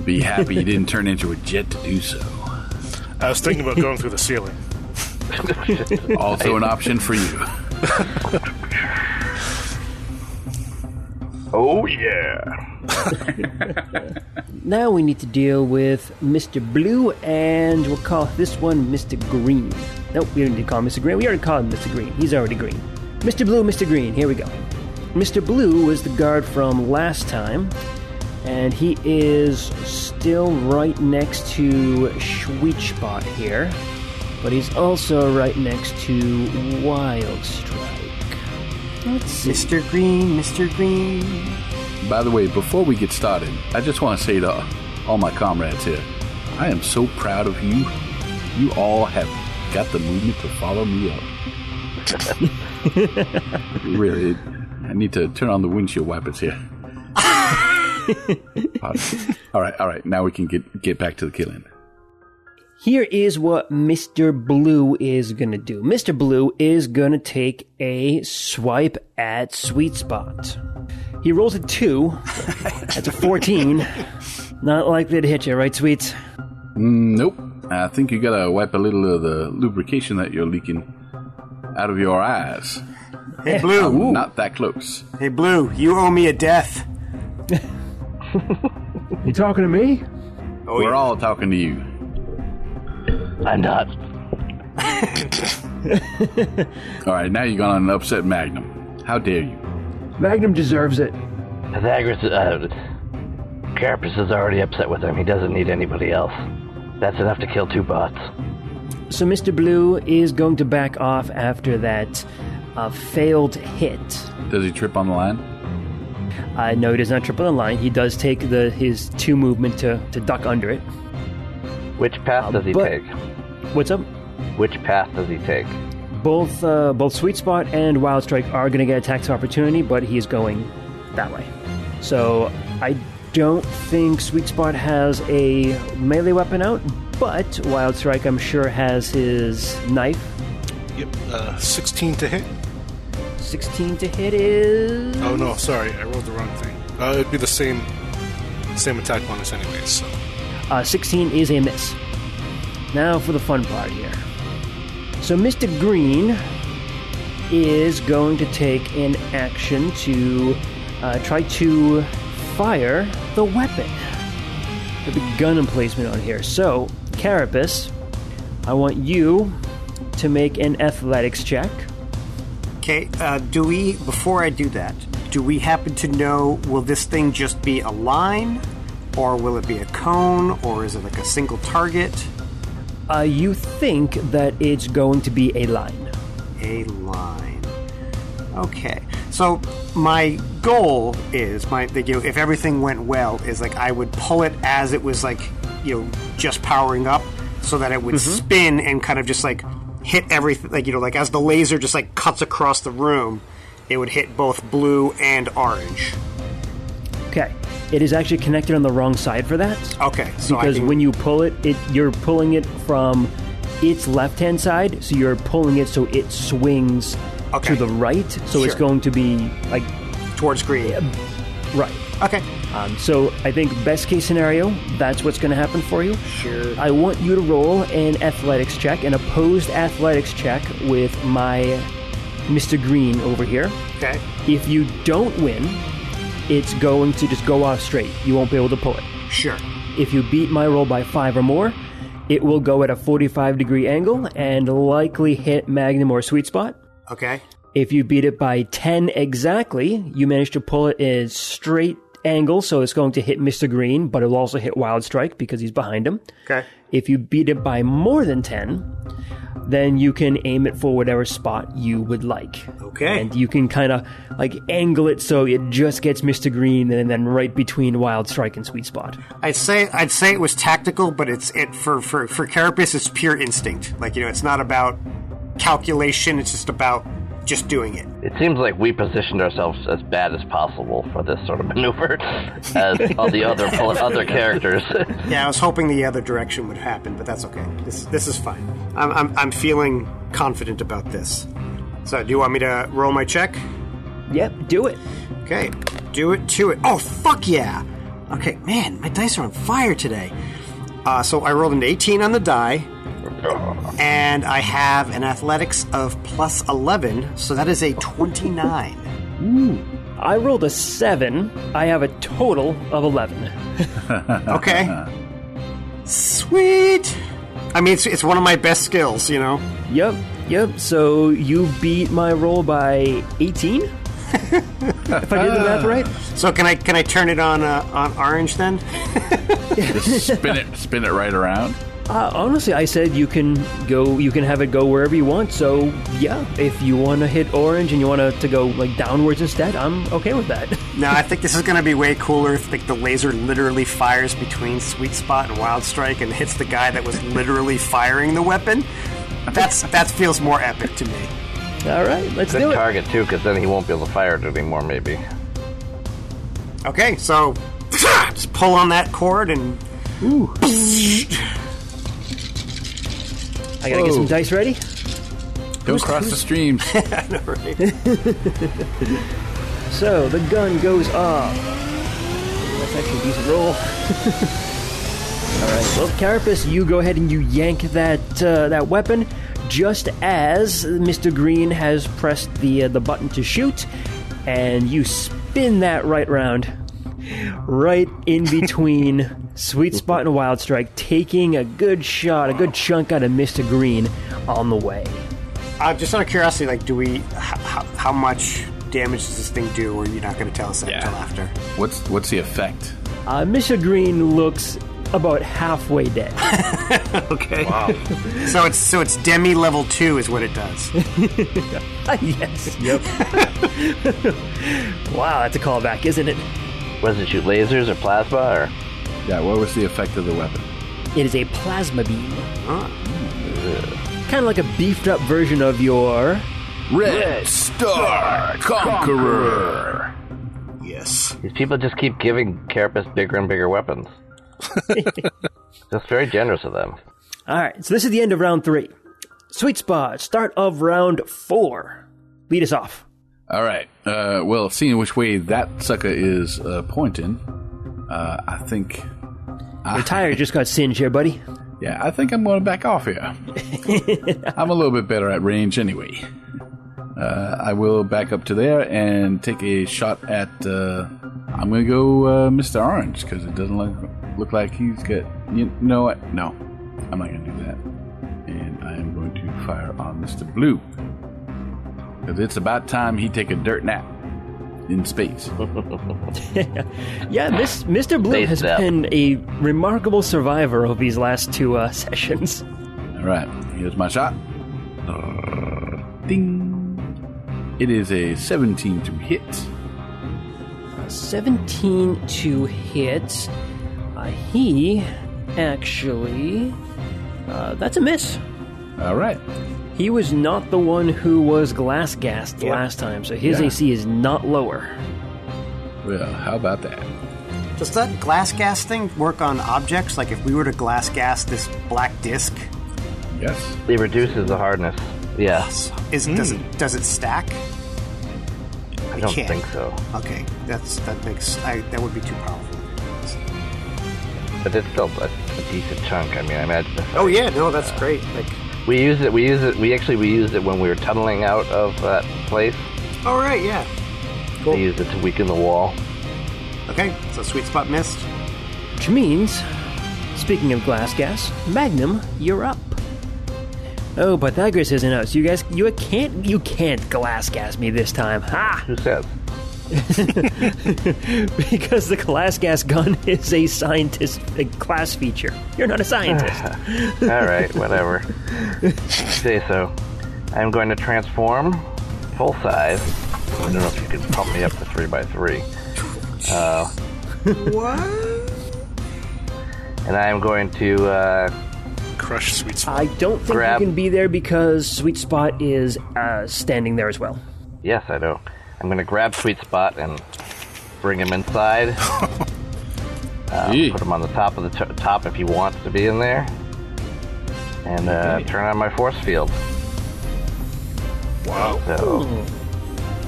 Speaker 3: Be happy he didn't turn into a jet to do so.
Speaker 6: I was thinking about going through the ceiling.
Speaker 3: Also an option for you.
Speaker 5: Oh yeah.
Speaker 2: Now we need to deal with Mr. Blue, and we'll call this one Mr. Green. Nope, we don't need to call him Mr. Green. We already called him Mr. Green. He's already green. Mr. Blue, Mr. Green, here we go. Mr. Blue was the guard from last time, and he is still right next to Schweechbot here, but he's also right next to Wild Strike.
Speaker 4: Mr. Green, Mr. Green.
Speaker 3: By the way, before we get started, I just want to say to all my comrades here, I am so proud of you. You all have got the movement to follow me up. really, I need to turn on the windshield wipers here. all right, all right. Now we can get get back to the killing.
Speaker 2: Here is what Mr. Blue is gonna do. Mr. Blue is gonna take a swipe at Sweet Spot. He rolls a 2. That's a 14. Not likely to hit you, right, Sweets?
Speaker 3: Mm, Nope. I think you gotta wipe a little of the lubrication that you're leaking out of your eyes.
Speaker 4: Hey, Blue.
Speaker 3: I'm not that close.
Speaker 4: Hey, Blue, you owe me a death.
Speaker 7: You talking to me?
Speaker 3: We're all talking to you.
Speaker 5: I'm not.
Speaker 3: All right, now you're going on an upset Magnum. How dare you?
Speaker 7: Magnum deserves it.
Speaker 5: Pythagoras, uh, Carapace is already upset with him. He doesn't need anybody else. That's enough to kill two bots.
Speaker 2: So Mr. Blue is going to back off after that uh, failed hit.
Speaker 3: Does he trip on the line?
Speaker 2: Uh, no, he does not triple the line. He does take the his two movement to, to duck under it.
Speaker 5: Which path
Speaker 4: Uh,
Speaker 5: does he
Speaker 2: but-
Speaker 5: take?
Speaker 2: What's up?
Speaker 5: Which path does he take?
Speaker 2: Both uh, both Sweet Spot and Wild Strike are going to get attacks of opportunity, but he's going that way. So I don't think Sweet Spot has a melee weapon out, but Wild Strike I'm sure has his knife.
Speaker 6: Yep. Uh, 16 to hit.
Speaker 2: 16 to hit is
Speaker 6: Oh no, sorry, I rolled the wrong thing. Uh, it'd be the same, same attack bonus anyways. So
Speaker 2: Uh, 16 is a miss. Now for the fun part here. So Mr. Green is going to take an action to uh, try to fire the weapon. Put the gun emplacement on here. So, Carapace, I want you to make an athletics check.
Speaker 4: Okay, uh, do we, before I do that, do we happen to know will this thing just be a line? Or will it be a cone? Or is it like a single target?
Speaker 2: Uh, you think that it's going to be a line.
Speaker 4: A line. Okay. So my goal is my like, you know, if everything went well is like I would pull it as it was like you know just powering up so that it would spin and kind of just like hit everything like you know like as the laser just like cuts across the room it would hit both blue and orange.
Speaker 2: Okay. It is actually connected on the wrong side for that.
Speaker 4: Okay. So
Speaker 2: because
Speaker 4: I can,
Speaker 2: when you pull it, it you're pulling it from its left hand side, so you're pulling it so it swings to
Speaker 4: Okay.
Speaker 2: the right. So it's
Speaker 4: Sure.
Speaker 2: going to be like
Speaker 4: towards green.
Speaker 2: right.
Speaker 4: Okay.
Speaker 2: Um, so I think best case scenario, that's what's going to happen for you. Sure. I want you to roll an athletics check, an opposed athletics check with my Mr. Green over here.
Speaker 4: Okay.
Speaker 2: If you don't win, it's going to just go off straight. You won't be able to pull it.
Speaker 4: Sure.
Speaker 2: If you beat my roll by five or more, it will go at a 45 degree angle and likely hit Magnum or Sweet Spot.
Speaker 4: Okay.
Speaker 2: If you beat it by 10 exactly, you manage to pull it in a straight angle, so it's going to hit Mr. Green, but it'll also hit Wild Strike because he's behind him.
Speaker 4: Okay.
Speaker 2: If you beat it by more than 10, then you can aim it for whatever spot you would like.
Speaker 4: Okay.
Speaker 2: And you can kind of like angle it so it just gets Mr. Green and then right between Wild Strike and Sweet Spot.
Speaker 4: I'd say I'd say it was tactical, but it's it for for for Carapace. It's pure instinct. Like you know, it's not about calculation. It's just about just doing it.
Speaker 5: It seems like we positioned ourselves as bad as possible for this sort of maneuver, as all the other other characters.
Speaker 4: Yeah, I was hoping the other direction would happen, but that's okay. This this is fine. I'm I'm, I'm feeling confident about this. So, do you want me to roll my check?
Speaker 2: Yep, do it.
Speaker 4: Okay, do it to it. Oh fuck yeah! Okay, man, my dice are on fire today. Uh, so I rolled an 18 on the die. And I have an athletics of plus 11, so that is a 29.
Speaker 2: I rolled a seven. I have a total of eleven.
Speaker 4: Okay. Sweet! I mean, it's, it's one of my best skills, you know?
Speaker 2: Yep, yep. So you beat my roll by eighteen. if I did the math right.
Speaker 4: So can I can I turn it on uh, on orange then?
Speaker 3: Just spin it, spin it right around.
Speaker 2: Uh, honestly, I said you can go, you can have it go wherever you want. So yeah, if you want to hit orange and you want to go like downwards instead, I'm okay with that.
Speaker 4: No, I think this is going to be way cooler. If, like the laser literally fires between Sweet Spot and Wild Strike and hits the guy that was literally firing the weapon. That's that feels more epic to me.
Speaker 2: All right, let's do
Speaker 5: Good
Speaker 2: it.
Speaker 5: target too, because then he won't be able to fire it anymore. Maybe.
Speaker 4: Okay, so just pull on that cord and
Speaker 2: I gotta get some
Speaker 3: Whoa.
Speaker 2: dice ready.
Speaker 3: Don't cross the streams.
Speaker 2: So the gun goes off. That's actually a decent roll. All right, well, Carapace, you go ahead and you yank that uh, that weapon just as Mr. Green has pressed the uh, the button to shoot, and you spin that right round, right in between Sweet Spot and Wild Strike, taking a good shot, a good chunk out of Mr. Green on the way.
Speaker 4: uh, just out of curiosity, like, do we h- how, how much damage does this thing do? Or you're not going to tell us that until after?
Speaker 3: what's what's the effect?
Speaker 2: Uh, Mr. Green looks about halfway dead.
Speaker 4: Okay. so it's so it's demi level two is what it does.
Speaker 2: yes. Yep. wow, that's a callback, isn't it?
Speaker 5: Was it shoot lasers or plasma or?
Speaker 3: Yeah, what was the effect of the weapon?
Speaker 2: It is a plasma beam. Kind of like a beefed up version of your.
Speaker 3: Red, Star Conqueror.
Speaker 4: yes.
Speaker 5: These people just keep giving Carapace bigger and bigger weapons. That's very generous of them.
Speaker 2: All right, so this is the end of round three. Sweet spot, start of round four. Lead us off.
Speaker 3: All right. Uh, well, seeing which way that sucker is uh, pointing, uh, I think.
Speaker 2: Your tire just got singed here, buddy.
Speaker 3: Yeah, I think I'm going to back off here. I'm a little bit better at range anyway. Uh, I will back up to there and take a shot at. Uh, I'm going to go uh, Mr. Orange because it doesn't look look like he's got. You know what? No, I'm not going to do that. And I am going to fire on Mr. Blue because it's about time he take a dirt nap in space.
Speaker 2: Yeah, this Mr. Blue
Speaker 5: Face
Speaker 2: has
Speaker 5: that.
Speaker 2: been a remarkable survivor of these last two uh, sessions.
Speaker 3: All right, here's my shot. Uh, Ding. It is a 17 to hit.
Speaker 2: 17 to hit. Uh, he actually. Uh, that's a miss.
Speaker 3: All right.
Speaker 2: He was not the one who was glass gassed last time, so his
Speaker 3: Yeah.
Speaker 2: AC is not lower.
Speaker 3: Well, how about that?
Speaker 4: Does that glass gas thing work on objects? Like, if we were to glass gas this black disc,
Speaker 3: Yes.
Speaker 5: It reduces the hardness. Yeah,
Speaker 4: is does it does it stack?
Speaker 5: I don't think so.
Speaker 4: Okay, that's that makes I, that would be too powerful.
Speaker 5: But it's still a, a decent chunk. I mean, I imagine. if-
Speaker 4: Oh yeah, no, that's great. Like,
Speaker 5: We used it. We used it. We actually we used it when we were tunneling out of that place.
Speaker 4: all right, yeah.
Speaker 5: We used it to weaken the wall.
Speaker 4: Okay, so sweet spot missed.
Speaker 2: Which means, speaking of glass gas, Magnum, you're up. Oh, Pythagoras isn't out, so you guys, you can't, you can't glass gas me this time. Ha!
Speaker 5: Who says?
Speaker 2: Because the glass gas gun is a scientist a class feature. You're not a scientist.
Speaker 5: All right, whatever. Say so. I'm going to transform full size. I don't know if you can pump me up to three by three. Uh, what? And I am going to uh,
Speaker 6: Crush sweet spot.
Speaker 2: I don't think
Speaker 5: Grab.
Speaker 2: you can be there because Sweet Spot is uh, standing there as well.
Speaker 5: yes, I know. I'm going to grab Sweet Spot and bring him inside. Uh,
Speaker 3: Yee.
Speaker 5: Put him on the top of the t- top if he wants to be in there, and uh, turn on my force field. Wow! So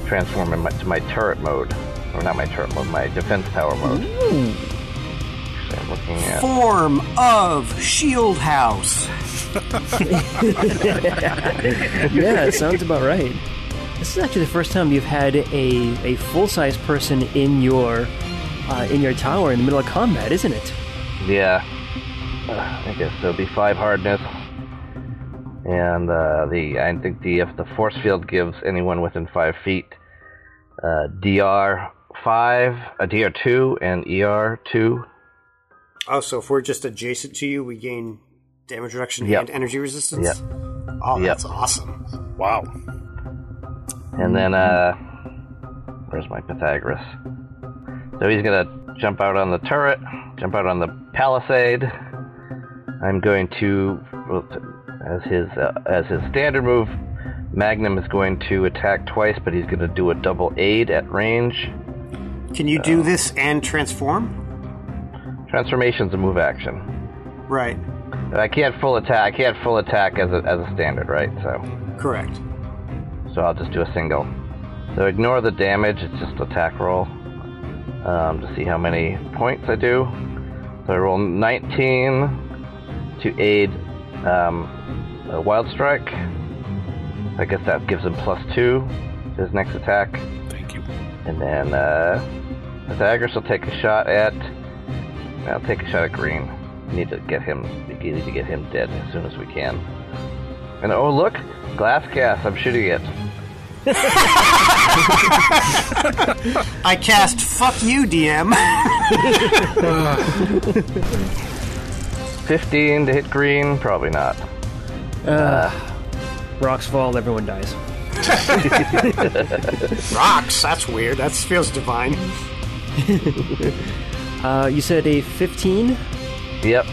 Speaker 5: transform him to my turret mode, or not my turret mode, my defense tower mode. So I'm looking at
Speaker 4: Form of Shield House.
Speaker 2: yeah, it sounds about right. This is actually the first time you've had a, a full size person in your uh, in your tower in the middle of combat, isn't it?
Speaker 5: yeah. Uh, I guess there'll be five hardness, and uh, the I think the if the force field gives anyone within five feet uh, DR five, a DR two, and ER two.
Speaker 4: Oh, so if we're just adjacent to you, we gain damage reduction
Speaker 5: Yep.
Speaker 4: and energy resistance.
Speaker 5: Yep.
Speaker 4: Oh,
Speaker 5: Yep.
Speaker 4: that's awesome.
Speaker 3: Wow.
Speaker 5: And then, uh, where's my Pythagoras? So he's gonna jump out on the turret, jump out on the palisade. I'm going to, well, as his uh, as his standard move, Magnum is going to attack twice, but he's gonna do a double aid at range.
Speaker 4: Can you
Speaker 2: Uh,
Speaker 4: do this and transform?
Speaker 5: Transformation's a move action.
Speaker 4: Right.
Speaker 5: But I can't full attack. I can't full attack as a as a standard, right? So
Speaker 4: Correct.
Speaker 5: so I'll just do a single. So ignore the damage. It's just attack roll. um, to see how many points I do. So I roll 19 to aid um, a wild strike. I guess that gives him plus two to his next attack.
Speaker 6: Thank you.
Speaker 5: And then uh, Pythagoras will take a shot at. I'll take a shot at Green. We need to get him. We need to get him dead as soon as we can. And oh look, glass gas. I'm shooting it.
Speaker 4: I cast "fuck you, DM."
Speaker 5: 15 to hit Green. Probably not.
Speaker 2: Rocks fall, everyone dies.
Speaker 4: Rocks. That's weird. That feels divine.
Speaker 2: Uh, you said a 15?
Speaker 5: Yep.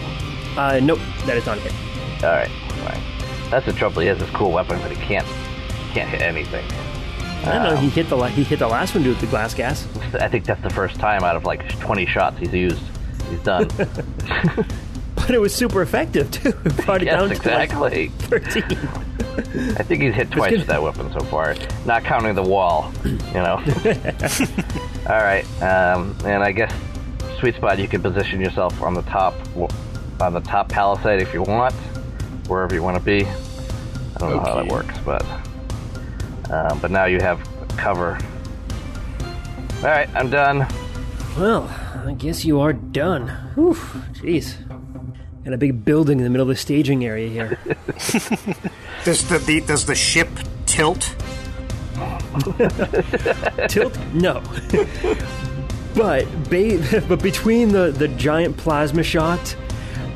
Speaker 2: Uh, nope, that is not a hit.
Speaker 5: All right, fine. That's the trouble. He has this cool weapon, but he can't can't hit anything.
Speaker 2: I don't know. He hit the la- he hit the last one dude with the glass gas.
Speaker 5: I think that's the first time out of like 20 shots he's used. He's done.
Speaker 2: But it was super effective too. It brought it
Speaker 5: yes,
Speaker 2: down
Speaker 5: exactly.
Speaker 2: to like 13.
Speaker 5: I think he's hit twice
Speaker 2: good.
Speaker 5: with that weapon so far, not counting the wall. You know. All right, um, and I guess sweet spot. You can position yourself on the top on the top palisade if you want, wherever you want to be. I don't know how that
Speaker 3: Okay.
Speaker 5: works, but um, but now you have cover. All right, I'm done.
Speaker 2: Well, I guess you are done. Whew, jeez. Got a big building in the middle of the staging area here.
Speaker 4: Does the, the does the ship tilt?
Speaker 2: Tilt? No. but ba- but between the, the giant plasma shot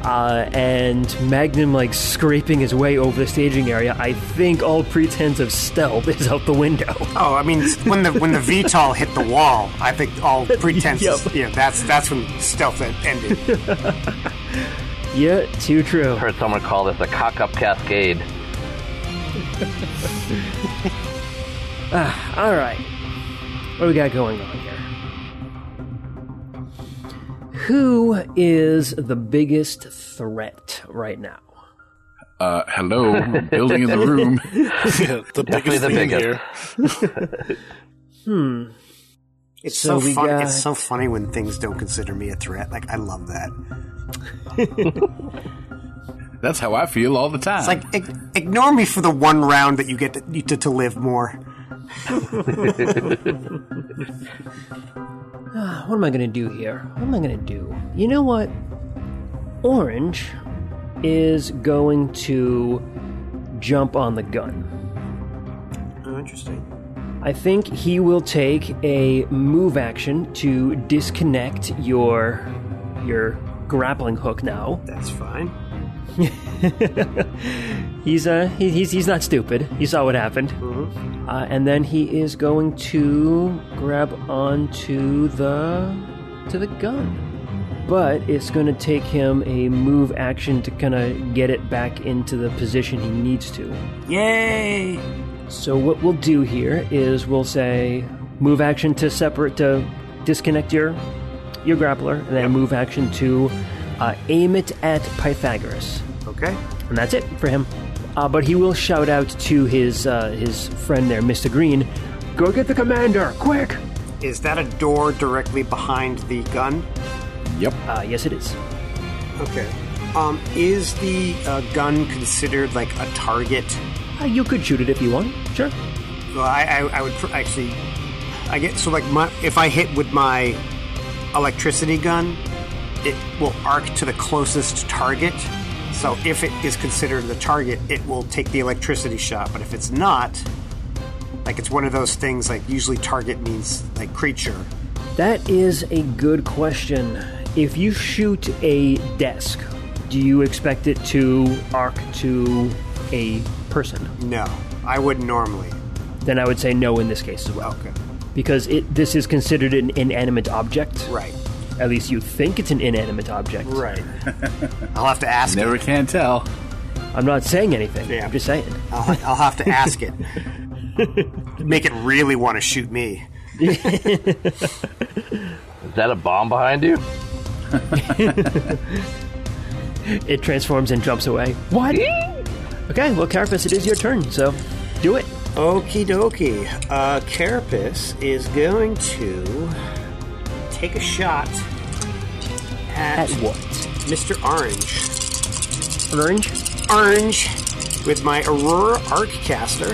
Speaker 2: uh, and Magnum like scraping his way over the staging area, I think all pretense of stealth is out the window.
Speaker 4: Oh, I mean, when the when the VTOL hit the wall, I think all pretenses.
Speaker 2: Yep.
Speaker 4: Yeah, that's that's when stealth en- ended.
Speaker 2: yeah, too true.
Speaker 5: Heard someone call this a cock up cascade.
Speaker 2: All right. What do we got going on here? Who is the biggest threat right now?
Speaker 3: Uh, hello, building in the room.
Speaker 6: Yeah, the biggest
Speaker 5: the
Speaker 6: thing
Speaker 5: biggest.
Speaker 6: here.
Speaker 4: It's
Speaker 2: So
Speaker 4: so,
Speaker 2: we
Speaker 4: fun.
Speaker 2: got-
Speaker 4: It's so funny when things don't consider me a threat. Like I love that.
Speaker 3: That's how I feel all the time.
Speaker 4: It's like ig- ignore me for the one round that you get to, you to, to live more.
Speaker 2: Ah, What am I going to do here? What am I going to do? You know what? Orange is going to jump on the gun.
Speaker 4: Oh, interesting.
Speaker 2: I think he will take a move action to disconnect your your grappling hook now.
Speaker 4: That's fine.
Speaker 2: He's uh he, he's he's not stupid. You saw what happened. Uh, and then he is going to grab onto the to the gun, but it's going to take him a move action to kind of get it back into the position he needs to.
Speaker 4: Yay!
Speaker 2: So what we'll do here is we'll say move action to separate to disconnect your your grappler, and then move action to uh, aim it at Pythagoras
Speaker 4: Okay.
Speaker 2: and that's it for him. Uh, but he will shout out to his uh, his friend there, Mister Green.
Speaker 7: Go get the commander, quick!
Speaker 4: Is that a door directly behind the gun?
Speaker 3: yep.
Speaker 2: Uh, yes, it is.
Speaker 4: Okay. Um, is the uh, gun considered like a target?
Speaker 2: Uh, you could shoot it if you want. Sure.
Speaker 4: Well, I, I, I would pr- actually. I get so like my if I hit with my electricity gun, it will arc to the closest target. So if it is considered the target, it will take the electricity shot. But if it's not, like it's one of those things like usually target means like creature.
Speaker 2: That is a good question. If you shoot a desk do you expect it to arc to a person?
Speaker 4: No, I wouldn't normally.
Speaker 2: Then I would say no in this case as well.
Speaker 4: Okay.
Speaker 2: Because it, this is considered an inanimate object.
Speaker 4: Right.
Speaker 2: At least you think it's an inanimate object.
Speaker 4: Right. I'll have to ask
Speaker 3: Never
Speaker 4: it.
Speaker 3: can tell.
Speaker 2: I'm not saying anything.
Speaker 4: Yeah.
Speaker 2: I'm just saying.
Speaker 4: I'll, I'll have to ask it. Make it really want to shoot me.
Speaker 5: Is that a bomb behind you?
Speaker 2: It transforms and jumps away. What? okay, well, Carapace, it is your turn, so do it.
Speaker 4: Okie dokie. Uh, Carapace is going to take a shot at,
Speaker 2: At what?
Speaker 4: Mr. Orange.
Speaker 2: Orange?
Speaker 4: Orange with my Aurora Arc Caster.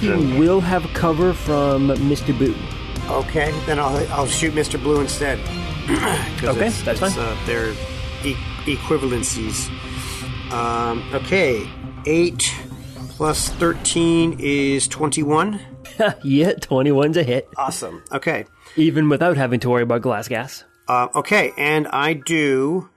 Speaker 2: You will have cover from Mr. Boo.
Speaker 4: Okay, then I'll, I'll shoot Mr. Blue instead. 'Cause
Speaker 2: Okay,
Speaker 4: it's-
Speaker 2: that's
Speaker 4: it's,
Speaker 2: fine.
Speaker 4: Uh, they're e- equivalencies. Um, okay, 8 plus 13 is 21.
Speaker 2: yeah, 21's a hit,
Speaker 4: Awesome. Okay.
Speaker 2: even without having to worry about glass gas.
Speaker 4: Uh, okay, and I do.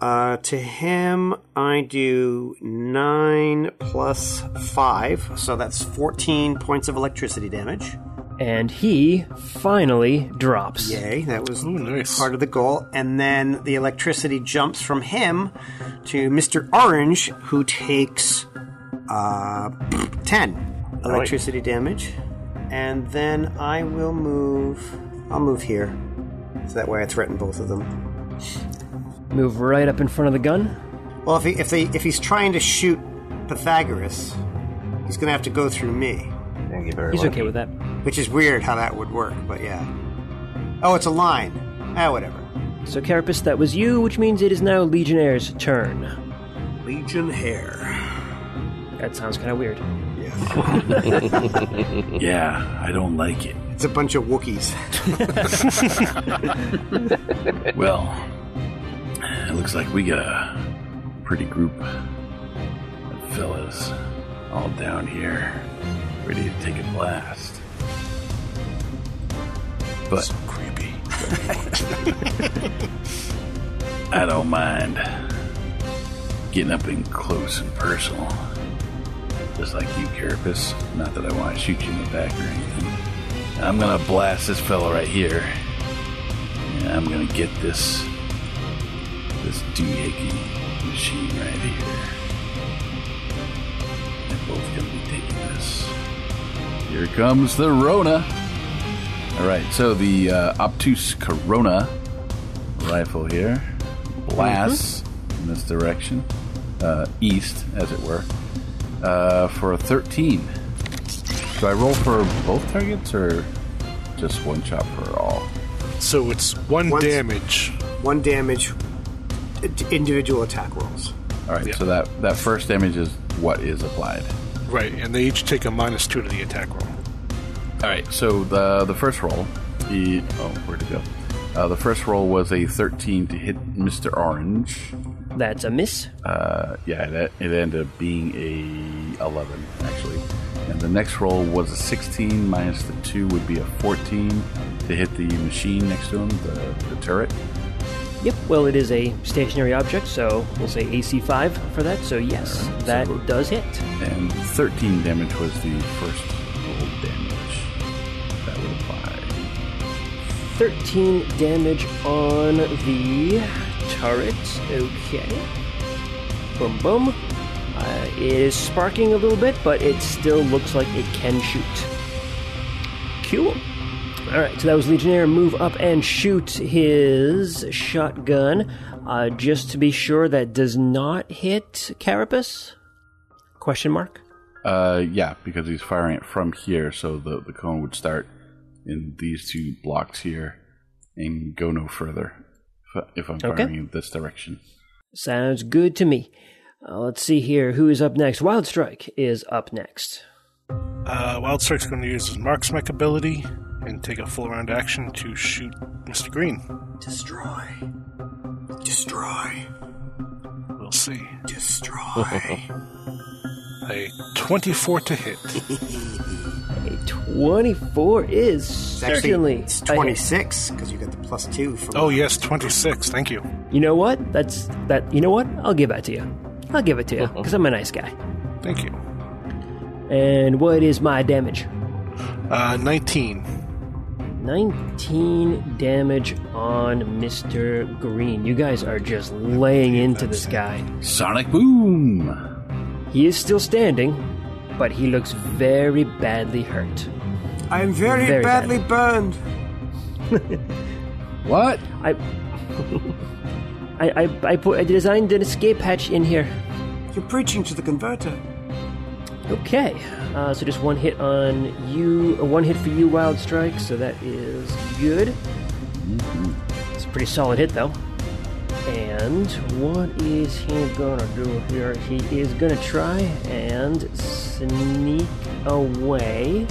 Speaker 4: Uh, to him, I do 9 plus 5, so that's 14 points of electricity damage.
Speaker 2: And he finally drops.
Speaker 4: Yay, that was
Speaker 6: nice.
Speaker 4: part of the goal. And then the electricity jumps from him to Mr. Orange, who takes uh, 10 electricity damage. And then I will move. I'll move here. So that way I threaten both of them.
Speaker 2: Move right up in front of the gun.
Speaker 4: Well, if, he, if, they, if he's trying to shoot Pythagoras, he's going to have to go through me.
Speaker 5: Thank you very
Speaker 2: He's
Speaker 5: much.
Speaker 2: okay with that.
Speaker 4: Which is weird how that would work, but yeah. Oh, it's a line. Ah, whatever.
Speaker 2: So, Carapace, that was you, which means it is now Legionnaire's turn.
Speaker 4: Legion hair.
Speaker 2: That sounds kind of weird.
Speaker 3: Yeah, I don't like it.
Speaker 4: It's a bunch of Wookiees.
Speaker 3: Well, it looks like we got a pretty group of fellas all down here, ready to take a blast. But creepy. I don't mind getting up and close and personal, just like you, Carapace. Not that I want to shoot you in the back or anything. I'm gonna blast this fella right here. And I'm gonna get this this doohickey machine right here. They're both gonna be taking this. Here comes the Rona. All right, so the uh, obtuse Corona rifle here blasts in this direction, uh, east, as it were, uh, for a 13. Do I roll for both targets or just one shot for all?
Speaker 6: So it's one
Speaker 4: Once-
Speaker 6: damage.
Speaker 4: One damage, i- individual attack rolls.
Speaker 3: All right, so that that first damage is what is applied.
Speaker 6: Right, and they each take a minus two to the attack roll.
Speaker 3: All right, so the the first roll, the oh, where'd it go? Uh, the first roll was a 13 to hit Mr. Orange.
Speaker 2: That's a miss.
Speaker 3: Uh, yeah, it, it ended up being a 11 actually. And the next roll was a 16 minus the two would be a 14 to hit the machine next to him, the, the turret.
Speaker 2: Yep, well, it is a stationary object, so we'll say AC5 for that, so yes,
Speaker 3: Alright, so
Speaker 2: that
Speaker 3: we're-
Speaker 2: does hit.
Speaker 3: And 13 damage was the first roll damage that would apply.
Speaker 2: 13 damage on the turret. Okay. Boom, boom. Uh, it is sparking a little bit, but it still looks like it can shoot. Cool. All right, so that was Legionnaire move up and shoot his shotgun. Uh, just to be sure, that does not hit Carapace? Question mark.
Speaker 3: Uh, yeah, because he's firing it from here, so the, the cone would start in these two blocks here and go no further if, if I'm
Speaker 2: Okay.
Speaker 3: firing in this direction.
Speaker 2: Sounds good to me. Uh, let's see here. Who is up next? Wild Strike is up next.
Speaker 6: Uh, Wild Strike's going to use his marksmech ability and take a full round action to shoot Mr. Green.
Speaker 4: Destroy. Destroy.
Speaker 6: We'll see.
Speaker 4: Destroy.
Speaker 6: a 24 to hit.
Speaker 2: A 24 is
Speaker 4: It's actually
Speaker 2: certainly.
Speaker 4: it's
Speaker 2: a hit.
Speaker 4: 26 because you got the plus two from
Speaker 6: Oh, yes, 26. Thank you.
Speaker 2: You know what? That's that. You know what? I'll give that to you. I'll give it to you
Speaker 4: Uh-huh.
Speaker 2: because I'm a nice guy.
Speaker 6: Thank you.
Speaker 2: And what is my damage?
Speaker 6: Uh, 19.
Speaker 2: 19 damage on Mr. Green. You guys are just laying into this guy.
Speaker 3: Sonic boom.
Speaker 2: He is still standing, but he looks very badly hurt.
Speaker 4: I'm very,
Speaker 2: Very
Speaker 4: badly burned.
Speaker 3: What?
Speaker 2: I. I, I, I, put, I designed an escape hatch in here.
Speaker 4: You're preaching to the converter.
Speaker 2: Okay, uh, so just one hit on you, uh, one hit for you, Wild Strike, so that is good. It's a pretty solid hit, though. And what is he gonna do here? He is gonna try and sneak away.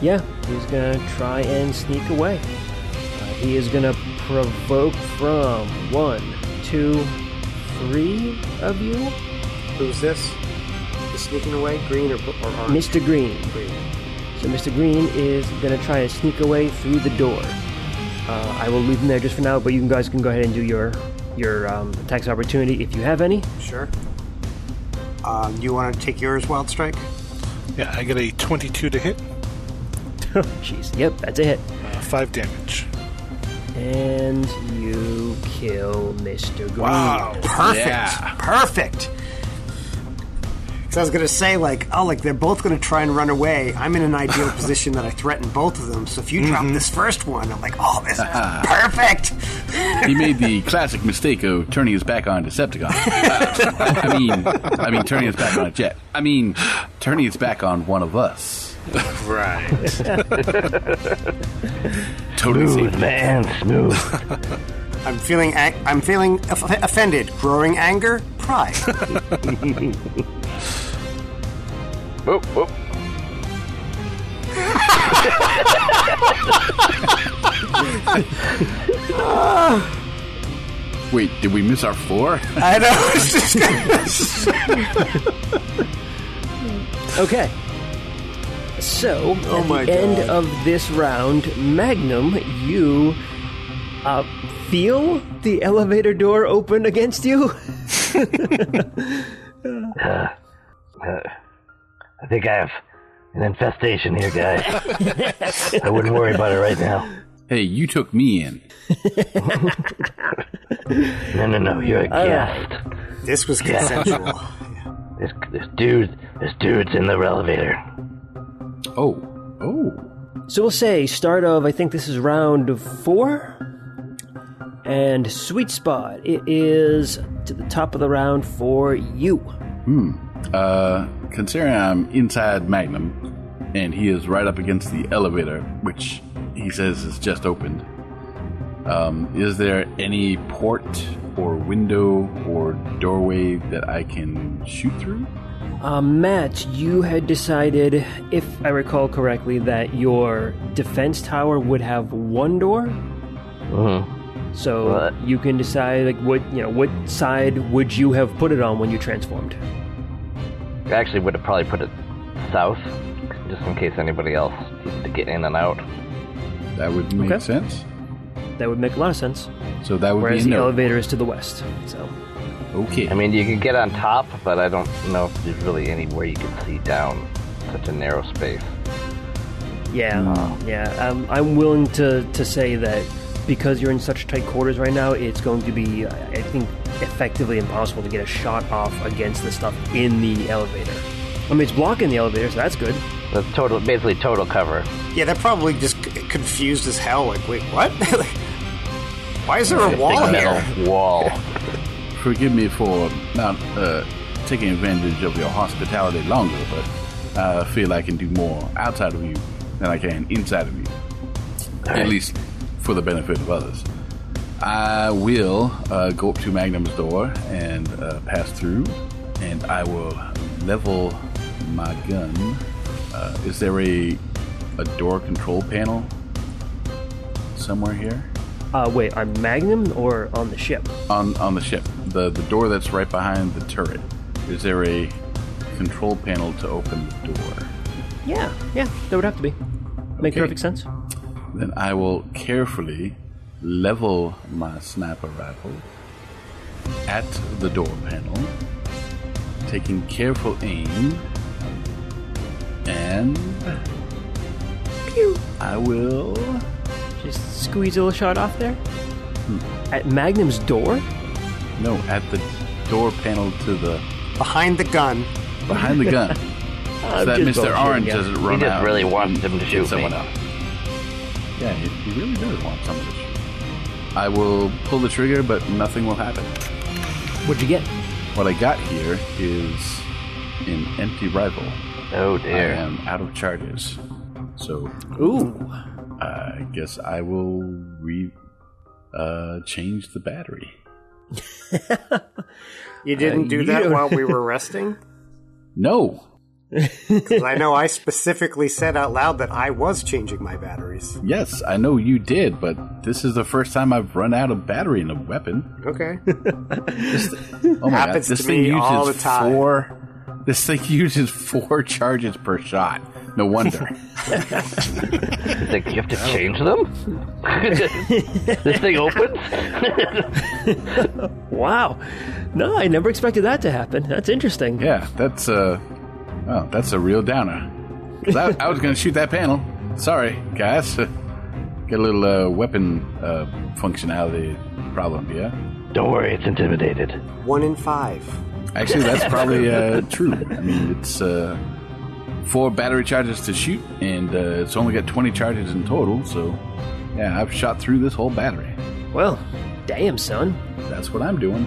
Speaker 2: Yeah, he's gonna try and sneak away. Uh, he is gonna provoke from one, two, three of you.
Speaker 4: Who's this? Is sneaking away? Green or, or orange?
Speaker 2: Mr. Green.
Speaker 4: Green.
Speaker 2: So Mr. Green is going to try and sneak away through the door. Uh, I will leave him there just for now, but you guys can go ahead and do your your um, attacks of opportunity if you have any.
Speaker 4: Sure. Um, you want to take yours, Wild Strike?
Speaker 6: Yeah, I get a 22 to hit,
Speaker 2: Jeez, yep, that's a hit.
Speaker 6: uh, 5 damage.
Speaker 2: And you kill Mr. Green.
Speaker 4: Perfect. Perfect. So I was gonna say, like, oh, like they're both gonna try and run away. I'm in an ideal position that I threaten both of them. So if you drop this first one, I'm like, oh, this is perfect.
Speaker 3: He made the classic mistake of turning his back on Decepticon. Uh, I mean, I mean, turning his back on a jet. I mean, turning his back on one of us.
Speaker 6: Right.
Speaker 3: Totally safe.
Speaker 5: Man, move.
Speaker 4: I'm feeling, ang- I'm feeling off- offended, growing anger, pride.
Speaker 5: Whoop, whoop.
Speaker 3: Wait, did we miss our four?
Speaker 4: I know. It's just
Speaker 2: Okay. So, at
Speaker 4: Oh my
Speaker 2: the end
Speaker 4: God.
Speaker 2: of this round, Magnum, you uh, feel the elevator door open against you?
Speaker 5: I think I have an infestation here, guys. I wouldn't worry about it right now.
Speaker 3: hey, you took me in.
Speaker 5: No, no, no. You're a
Speaker 2: right.
Speaker 5: guest.
Speaker 4: this was consensual.
Speaker 5: There's, there's dudes. There's dudes in the elevator.
Speaker 3: Oh, oh,
Speaker 2: So we'll say start of I think this is round four, and sweet spot it is to the top of the round for you.
Speaker 3: Uh, considering I'm inside Magnum, and he is right up against the elevator, which he says is just opened. Um, is there any port or window or doorway that I can shoot through?
Speaker 2: Uh, Matt, you had decided, if I recall correctly, that your defense tower would have one door. So
Speaker 5: Right.
Speaker 2: you can decide like what you know what side would you have put it on when you transformed.
Speaker 5: I actually would have probably put it south, just in case anybody else needed to get in and out.
Speaker 3: That would make
Speaker 2: Okay.
Speaker 3: sense.
Speaker 2: That would make a lot of sense.
Speaker 3: So that would
Speaker 2: Whereas
Speaker 3: be a
Speaker 2: the
Speaker 3: no.
Speaker 2: elevator is to the west. So
Speaker 3: Okay.
Speaker 5: I mean, you could get on top, but I don't know if there's really anywhere you can see down such a narrow space.
Speaker 2: Yeah, yeah. Um, I'm willing to, to say that because you're in such tight quarters right now, it's going to be, uh, I think, effectively impossible to get a shot off against the stuff in the elevator. I mean, it's blocking the elevator, so that's good.
Speaker 5: That's total, basically total cover.
Speaker 4: yeah, they're probably just c- confused as hell. Like, wait, what? Like, Why is there a
Speaker 5: Big
Speaker 4: wall
Speaker 5: metal
Speaker 4: here?
Speaker 5: wall.
Speaker 3: Forgive me for not uh, taking advantage of your hospitality longer, but I feel I can do more outside of you than I can inside of you. At least for the benefit of others. I will uh, go up to Magnum's door and uh, pass through, and I will level my gun. Uh, is there a, a door control panel somewhere here?
Speaker 2: Uh, wait, on Magnum or on the ship?
Speaker 3: on on the ship the the door that's right behind the turret is there a control panel to open the door.
Speaker 2: Yeah, yeah, that would have to be. Make
Speaker 3: Okay.
Speaker 2: perfect sense.
Speaker 3: Then I will carefully level my sniper rifle at the door panel, taking careful aim, and I will.
Speaker 2: Just squeeze a little shot off there. Hmm. At Magnum's door?
Speaker 3: No, at the door panel to the
Speaker 4: Behind the gun.
Speaker 3: behind the gun. so that
Speaker 2: just
Speaker 3: Mr.
Speaker 2: bullshit,
Speaker 3: Orange
Speaker 2: yeah.
Speaker 3: doesn't run
Speaker 5: just
Speaker 3: out.
Speaker 5: really
Speaker 3: and
Speaker 5: wants him to
Speaker 3: hit
Speaker 5: shoot me.
Speaker 3: someone else. Yeah, he, he really does want someone to shoot. I will pull the trigger, but nothing will happen.
Speaker 2: What'd you get?
Speaker 3: What I got here is an empty rifle.
Speaker 5: Oh
Speaker 3: I
Speaker 5: dear.
Speaker 3: am out of charges, so
Speaker 2: Ooh.
Speaker 3: I guess I will re uh, change the battery.
Speaker 4: You didn't do
Speaker 2: you
Speaker 4: that
Speaker 2: don't-
Speaker 4: while we were resting?
Speaker 3: No.
Speaker 4: 'Cause I know I specifically said out loud that I was changing my batteries.
Speaker 3: Yes, I know you did, but this is the first time I've run out of battery in a weapon.
Speaker 4: Okay.
Speaker 3: Oh my
Speaker 4: Happens
Speaker 3: god, this
Speaker 4: to
Speaker 3: thing
Speaker 4: me
Speaker 3: uses
Speaker 4: all the time.
Speaker 3: four. This thing uses four charges per shot. No wonder.
Speaker 5: Like, you have to change them? this thing opens?
Speaker 2: Wow. No, I never expected that to happen. That's interesting.
Speaker 3: yeah, that's uh, oh, that's a real downer. 'Cause I, I was gonna shoot that panel. Sorry, guys. Got a little uh, weapon uh, functionality problem here.
Speaker 5: Don't worry, it's intimidated.
Speaker 4: One in five.
Speaker 3: Actually, that's probably uh, true. I mean, it's uh, four battery charges to shoot, and uh, it's only got twenty charges in total. So, yeah, I've shot through this whole battery.
Speaker 2: Well, damn, son.
Speaker 3: That's what I'm doing.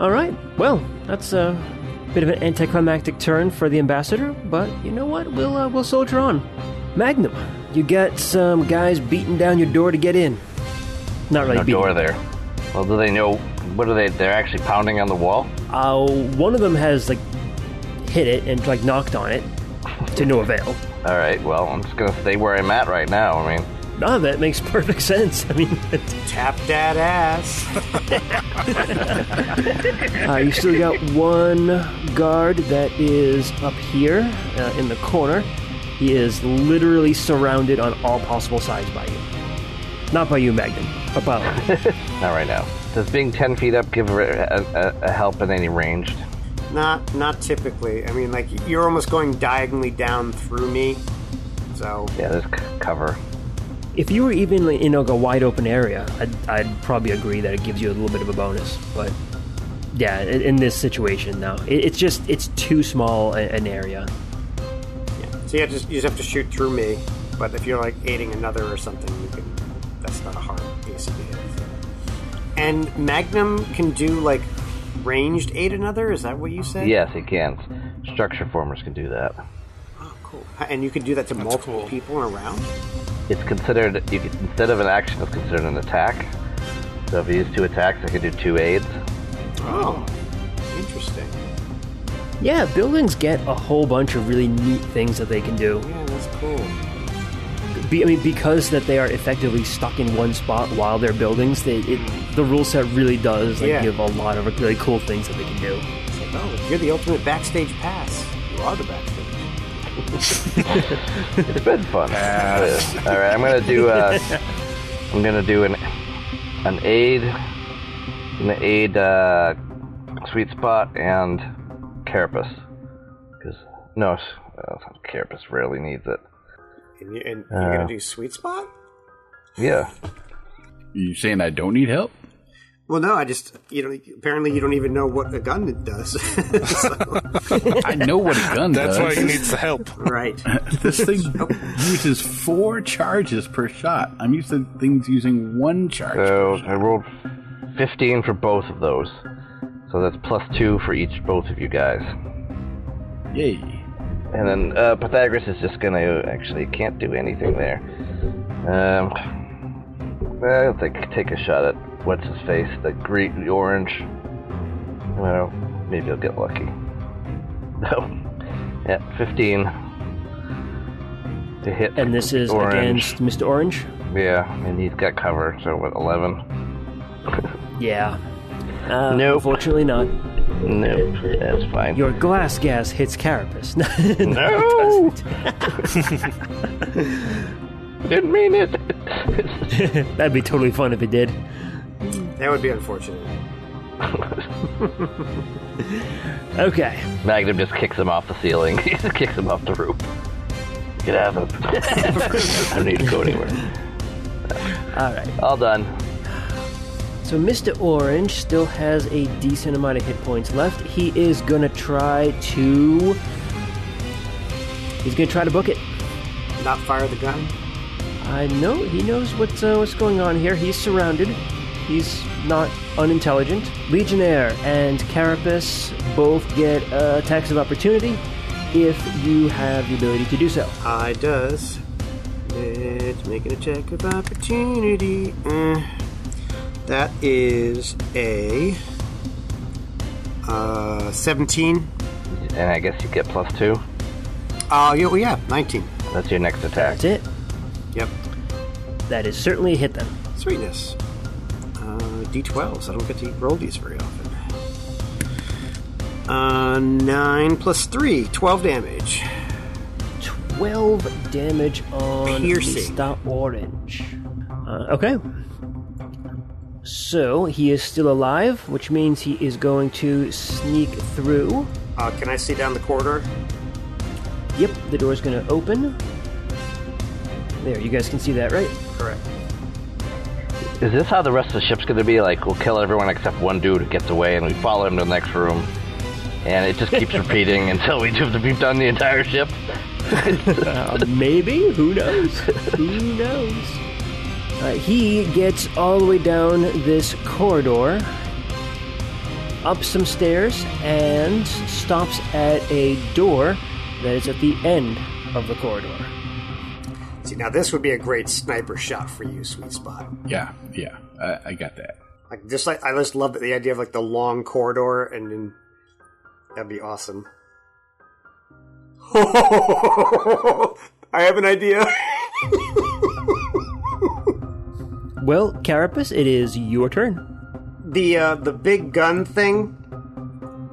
Speaker 2: All right. Well, that's a bit of an anticlimactic turn for the ambassador, but you know what? We'll uh, we'll soldier on. Magnum, you got some guys beating down your door to get in. Not really
Speaker 5: No
Speaker 2: beating.
Speaker 5: door there. Well, do they know? What are they? They're actually pounding on the wall?
Speaker 2: Uh, one of them has like hit it and like knocked on it to no avail.
Speaker 5: Alright, well, I'm just gonna stay where I'm at right now. I mean,
Speaker 2: No, that makes perfect sense. I mean, it's-
Speaker 4: Tap that ass.
Speaker 2: uh, you still got one guard that is up here uh, in the corner. He is literally surrounded on all possible sides by you. Not by you, Magnum. But by
Speaker 5: not right now. Does being 10 feet up give a, a, a- a help in any ranged?
Speaker 4: Not not typically. I mean, like you're almost going diagonally down through me. So
Speaker 5: Yeah, there's c- cover.
Speaker 2: if you were even like, in like a wide open area, I'd, I'd probably agree that it gives you a little bit of a bonus. But yeah, i- in this situation, no, it, it's just it's too small a- an area.
Speaker 4: so you, have to, you just have to shoot through me. But if you're like aiding another or something, you can. That's not a hard piece to hit. And Magnum can do like ranged aid another. Is that what you said?
Speaker 5: Yes, he can. Structure formers can do that.
Speaker 4: Oh, cool. And you can do that to multiple people in a round.
Speaker 5: It's considered, you can, instead of an action, it's considered an attack. So if you use two attacks, I can do two aids.
Speaker 4: Oh, interesting.
Speaker 2: Yeah, buildings get a whole bunch of really neat things that they can do.
Speaker 4: Yeah, that's cool.
Speaker 2: Be, I mean, because that they are effectively stuck in one spot while they're buildings, they, it, the rule set really does like,
Speaker 4: Yeah.
Speaker 2: give a lot of really cool things that they can do.
Speaker 4: It's like, oh, you're the ultimate backstage pass. You are the backstage.
Speaker 5: It's been fun. All right, I'm gonna do. Uh, I'm gonna do an an aid, an aid uh, sweet spot and carapace. Because no, s- uh, carapace rarely needs it.
Speaker 4: And, you, and you're gonna do sweet spot?
Speaker 5: Yeah,
Speaker 3: You saying I don't need help?
Speaker 4: Well, no, I just you know apparently you don't even know what a gun does. So-
Speaker 3: I know what a gun
Speaker 6: That's why
Speaker 3: does.
Speaker 6: he needs the help.
Speaker 4: right.
Speaker 3: This thing uses four charges per shot. I'm used to things using one charge.
Speaker 5: so uh, I rolled 15 for both of those. So that's plus two for each both of you guys.
Speaker 3: Yay.
Speaker 5: And then uh, Pythagoras is just gonna actually can't do anything there. Um, I'll take take a shot at what's his face, the green, the orange. Well, maybe I'll get lucky. No, yeah, fifteen to hit.
Speaker 2: And this is
Speaker 5: orange.
Speaker 2: against Mr. Orange.
Speaker 5: Yeah, and he's got cover, so what? Eleven.
Speaker 2: Yeah. Uh,
Speaker 5: Nope.
Speaker 2: Unfortunately, not.
Speaker 5: Nope, that's fine.
Speaker 2: Your glass gas hits Carapace.
Speaker 5: no, didn't mean it.
Speaker 2: That'd be totally fun if it did.
Speaker 4: That would be unfortunate.
Speaker 2: Okay.
Speaker 5: Magnum just kicks him off the ceiling. He just kicks him off the roof. Get out of him. I don't need to go anywhere.
Speaker 2: All right.
Speaker 5: All done.
Speaker 2: So Mr. Orange still has a decent amount of hit points left. He is gonna try to. He's gonna try to book it.
Speaker 4: Not fire the gun.
Speaker 2: I know he knows what's uh, what's going on here. He's surrounded. He's not unintelligent. Legionnaire and Carapace both get uh, attacks of opportunity if you have the ability to do so.
Speaker 4: I does. Let's make an attack of opportunity. Mm. That is a uh, 17.
Speaker 5: And I guess you get plus two.
Speaker 4: Uh, yeah, well, yeah, 19.
Speaker 5: That's your next attack.
Speaker 2: That's it.
Speaker 4: Yep.
Speaker 2: That is certainly a hit then.
Speaker 4: Sweetness. Uh, D12s. I don't get to roll these very often. Uh, 9 plus 3, 12 damage.
Speaker 2: 12 damage on
Speaker 4: Piercing.
Speaker 2: Mr. Orange. Uh, okay. So he is still alive, which means he is going to sneak through.
Speaker 4: Uh, can I see down the corridor?
Speaker 2: Yep, the door is going to open. There, you guys can see that, right?
Speaker 4: Correct.
Speaker 5: Is this how the rest of the ship's going to be? Like, we'll kill everyone except one dude who gets away, and we follow him to the next room. And it just keeps repeating until we do, we've done the entire ship.
Speaker 2: Uh, maybe. Who knows? Who knows? Uh, he gets all the way down this corridor, up some stairs, and stops at a door that is at the end of the corridor.
Speaker 4: See, now this would be a great sniper shot for you, sweet spot.
Speaker 3: Yeah, yeah, I, I got that.
Speaker 4: Like, just like, I just love the idea of like the long corridor, and then that'd be awesome. I have an idea.
Speaker 2: Well, Carapace, it is your turn.
Speaker 4: the uh, the big gun thing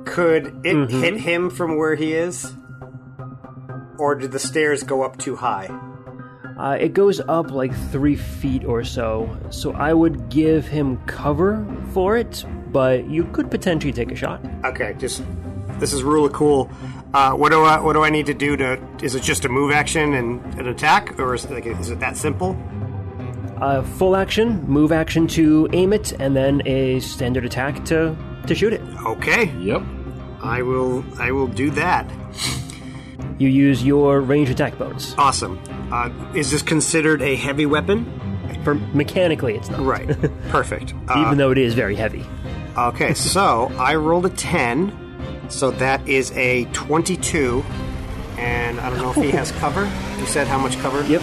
Speaker 4: could it hit him from where he is or did the stairs go up too high
Speaker 2: Uh, it goes up like three feet or so, so I would give him cover for it, but you could potentially take a shot.
Speaker 4: okay just this is really cool uh, what do I what do I need to do to is it just a move action and an attack or is it, like, is it that simple
Speaker 2: Uh, full action, move action to aim it, and then a standard attack to, to shoot it.
Speaker 4: okay
Speaker 3: Yep.
Speaker 4: I will I will do that
Speaker 2: You use your range attack bonus.
Speaker 4: awesome uh, is this considered a heavy weapon
Speaker 2: For mechanically, it's not,
Speaker 4: right perfect
Speaker 2: even though it is very heavy.
Speaker 4: Okay, so I rolled a 10, so that is a 22. And I don't know if he has cover. You said how much cover?
Speaker 2: Yep.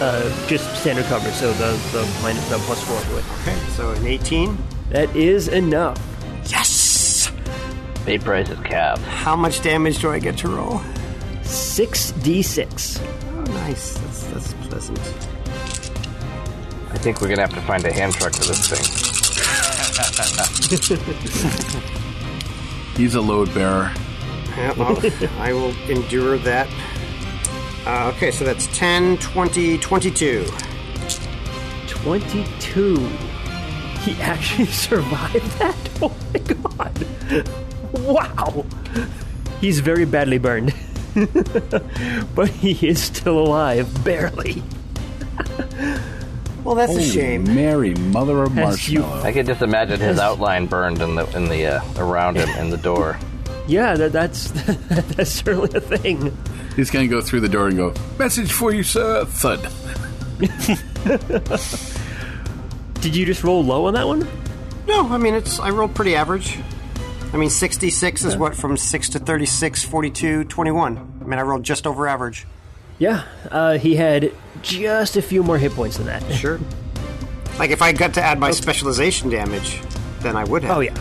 Speaker 2: Uh, just standard cover, so the the minus the plus four to it.
Speaker 4: Okay, so an 18.
Speaker 2: That is enough.
Speaker 4: Yes!
Speaker 5: Vaporize his calves.
Speaker 4: How much damage do I get to roll?
Speaker 2: Six d six.
Speaker 4: Oh, nice. That's, that's pleasant.
Speaker 5: I think we're going to have to find a hand truck for this thing.
Speaker 3: He's a load bearer.
Speaker 4: Yeah, well, I will endure that. Uh, okay, so that's 10, 20, 22.
Speaker 2: Twenty two. He actually survived that. Oh my god! Wow. He's very badly burned, but he is still alive, barely.
Speaker 4: Well, that's
Speaker 3: Holy
Speaker 4: a shame.
Speaker 3: Mary, mother of
Speaker 2: As you-
Speaker 3: marshmallow.
Speaker 5: I can just imagine his
Speaker 2: Yes.
Speaker 5: outline burned in the in the uh, around him in the door.
Speaker 2: Yeah, that, that's that's certainly a thing.
Speaker 3: He's gonna go through the door and go, "Message for you, sir." Thud.
Speaker 2: Did you just roll low on that one?
Speaker 4: No, I mean, it's I rolled pretty average. I mean, 66 is what, from 6 to 36, 42, 21. I mean, I rolled just over average.
Speaker 2: Yeah, uh, he had just a few more hit points than that.
Speaker 4: Sure. Like if I got to add my specialization damage, then I would have.
Speaker 2: Oh yeah,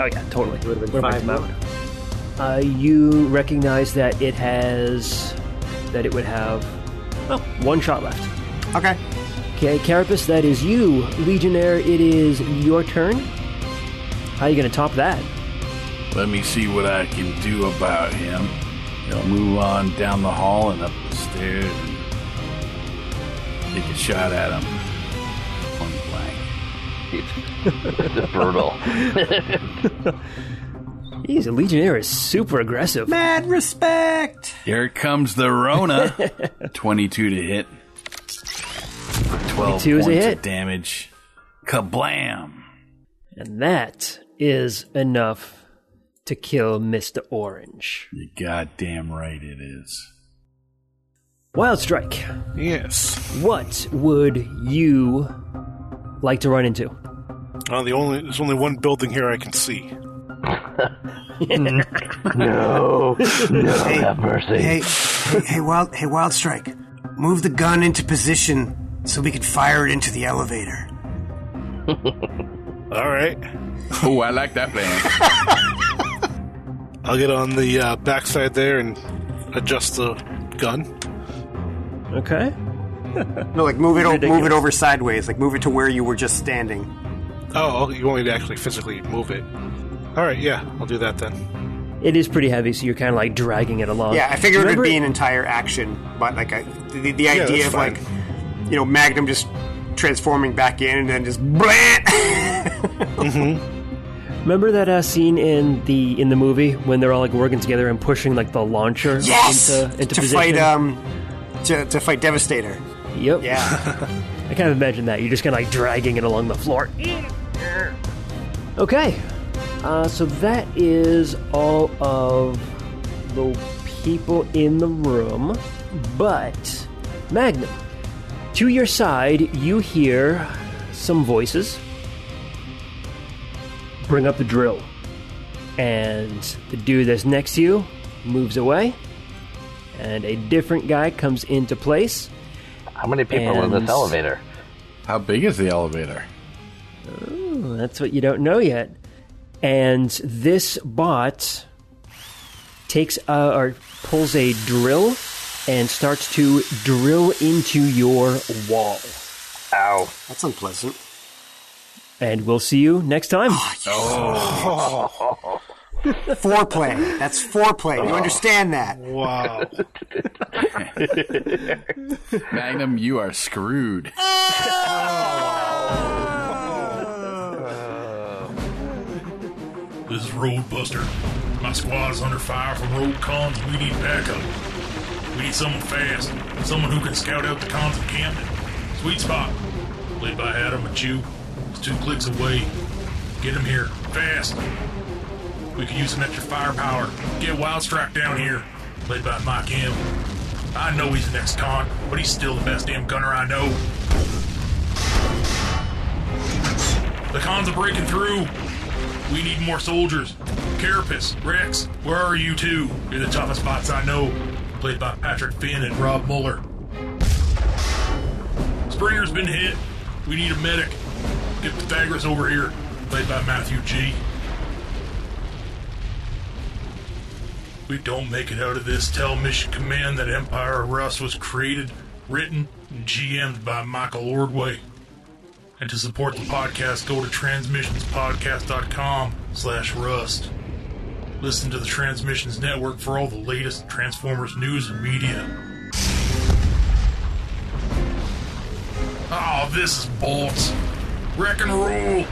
Speaker 2: oh yeah, totally. It
Speaker 4: would have been five more.
Speaker 2: Uh, you recognize that it has that it would have oh, one shot left.
Speaker 4: Okay.
Speaker 2: Okay, Carapace, that is you, Legionnaire. It is your turn. How are you going to top that?
Speaker 3: Let me see what I can do about him. He'll move on down the hall and up the stairs and take a shot at him. Point blank.
Speaker 5: Brutal.
Speaker 2: He's a Legionnaire is super aggressive.
Speaker 4: Mad respect.
Speaker 3: Here comes the Rona. 22 to hit. For 12
Speaker 2: 22 is
Speaker 3: points
Speaker 2: a hit.
Speaker 3: of damage. Kablam!
Speaker 2: And that is enough to kill Mr. Orange.
Speaker 3: You're goddamn right it is.
Speaker 2: Wild Strike,
Speaker 6: Yes.
Speaker 2: what would you like to run into?
Speaker 6: Uh, the only there's only one building here I can see.
Speaker 5: no. No,
Speaker 4: Hey,
Speaker 5: have mercy.
Speaker 4: Hey, hey, hey, wild, hey, wild strike. Move the gun into position so we can fire it into the elevator.
Speaker 6: All right.
Speaker 3: Oh, I like that plan.
Speaker 6: I'll get on the uh, backside there and adjust the gun.
Speaker 2: Okay.
Speaker 4: No, like move it, o- move
Speaker 2: Ridiculous.
Speaker 4: it over sideways. Like move it to where you were just standing.
Speaker 6: Oh, you want me to actually physically move it? All right. Yeah, I'll do that then.
Speaker 2: It is pretty heavy, so you're kind of like dragging it along.
Speaker 4: Yeah, I figured
Speaker 2: Remember-
Speaker 4: it'd be an entire action, but like I, the, the idea
Speaker 6: that's
Speaker 4: of
Speaker 6: fine.
Speaker 4: like, you know, Magnum just transforming back in and then just blah.
Speaker 2: Remember that uh, scene in the in the movie when they're all like working together and pushing like the launcher
Speaker 4: yes,
Speaker 2: into, into
Speaker 4: to
Speaker 2: position?
Speaker 4: fight um, to, to fight Devastator.
Speaker 2: yep.
Speaker 4: Yeah,
Speaker 2: I kind of imagine that. You're just kind of like dragging it along the floor. Okay. Uh, so that is all of the people in the room. But, Magnum, to your side, you hear some voices. Bring up the drill. And the dude that's next to you moves away. And a different guy comes into place.
Speaker 5: How many people in
Speaker 2: And-
Speaker 5: this elevator?
Speaker 3: How big is the elevator?
Speaker 2: That's what you don't know yet. And this bot takes uh, or pulls a drill and starts to drill into your wall.
Speaker 5: Ow.
Speaker 4: that's unpleasant.
Speaker 2: And we'll see you next time.
Speaker 4: Foreplay. That's foreplay. You understand that?
Speaker 6: Wow.
Speaker 3: Magnum, you are screwed.
Speaker 8: This is Roadbuster. My squad is under fire from road cons and we need backup. We need someone fast, someone who can scout out the cons of Camden. Sweet spot. Led by Adam and Chew. It's two clicks away. Get him here, fast. We could use some extra firepower. Get Wildstrike down here. Led by Mike M. I know he's an ex-con, but he's still the best damn gunner I know. The cons are breaking through. We need more soldiers. Carapace, Rex, where are you two? You're the toughest bots I know. Played by Patrick Finn and Rob Muller. Springer's been hit. We need a medic. Get Pythagoras over here. Played by Matthew G. We don't make it out of this. Tell Mission Command that Empire of Rust was created, written, and GM'd by Michael Ordway. And to support the podcast, go to transmissionspodcast.com slash rust. Listen to the Transmissions Network for all the latest Transformers news and media. Oh, this is bolts. Wreck and roll.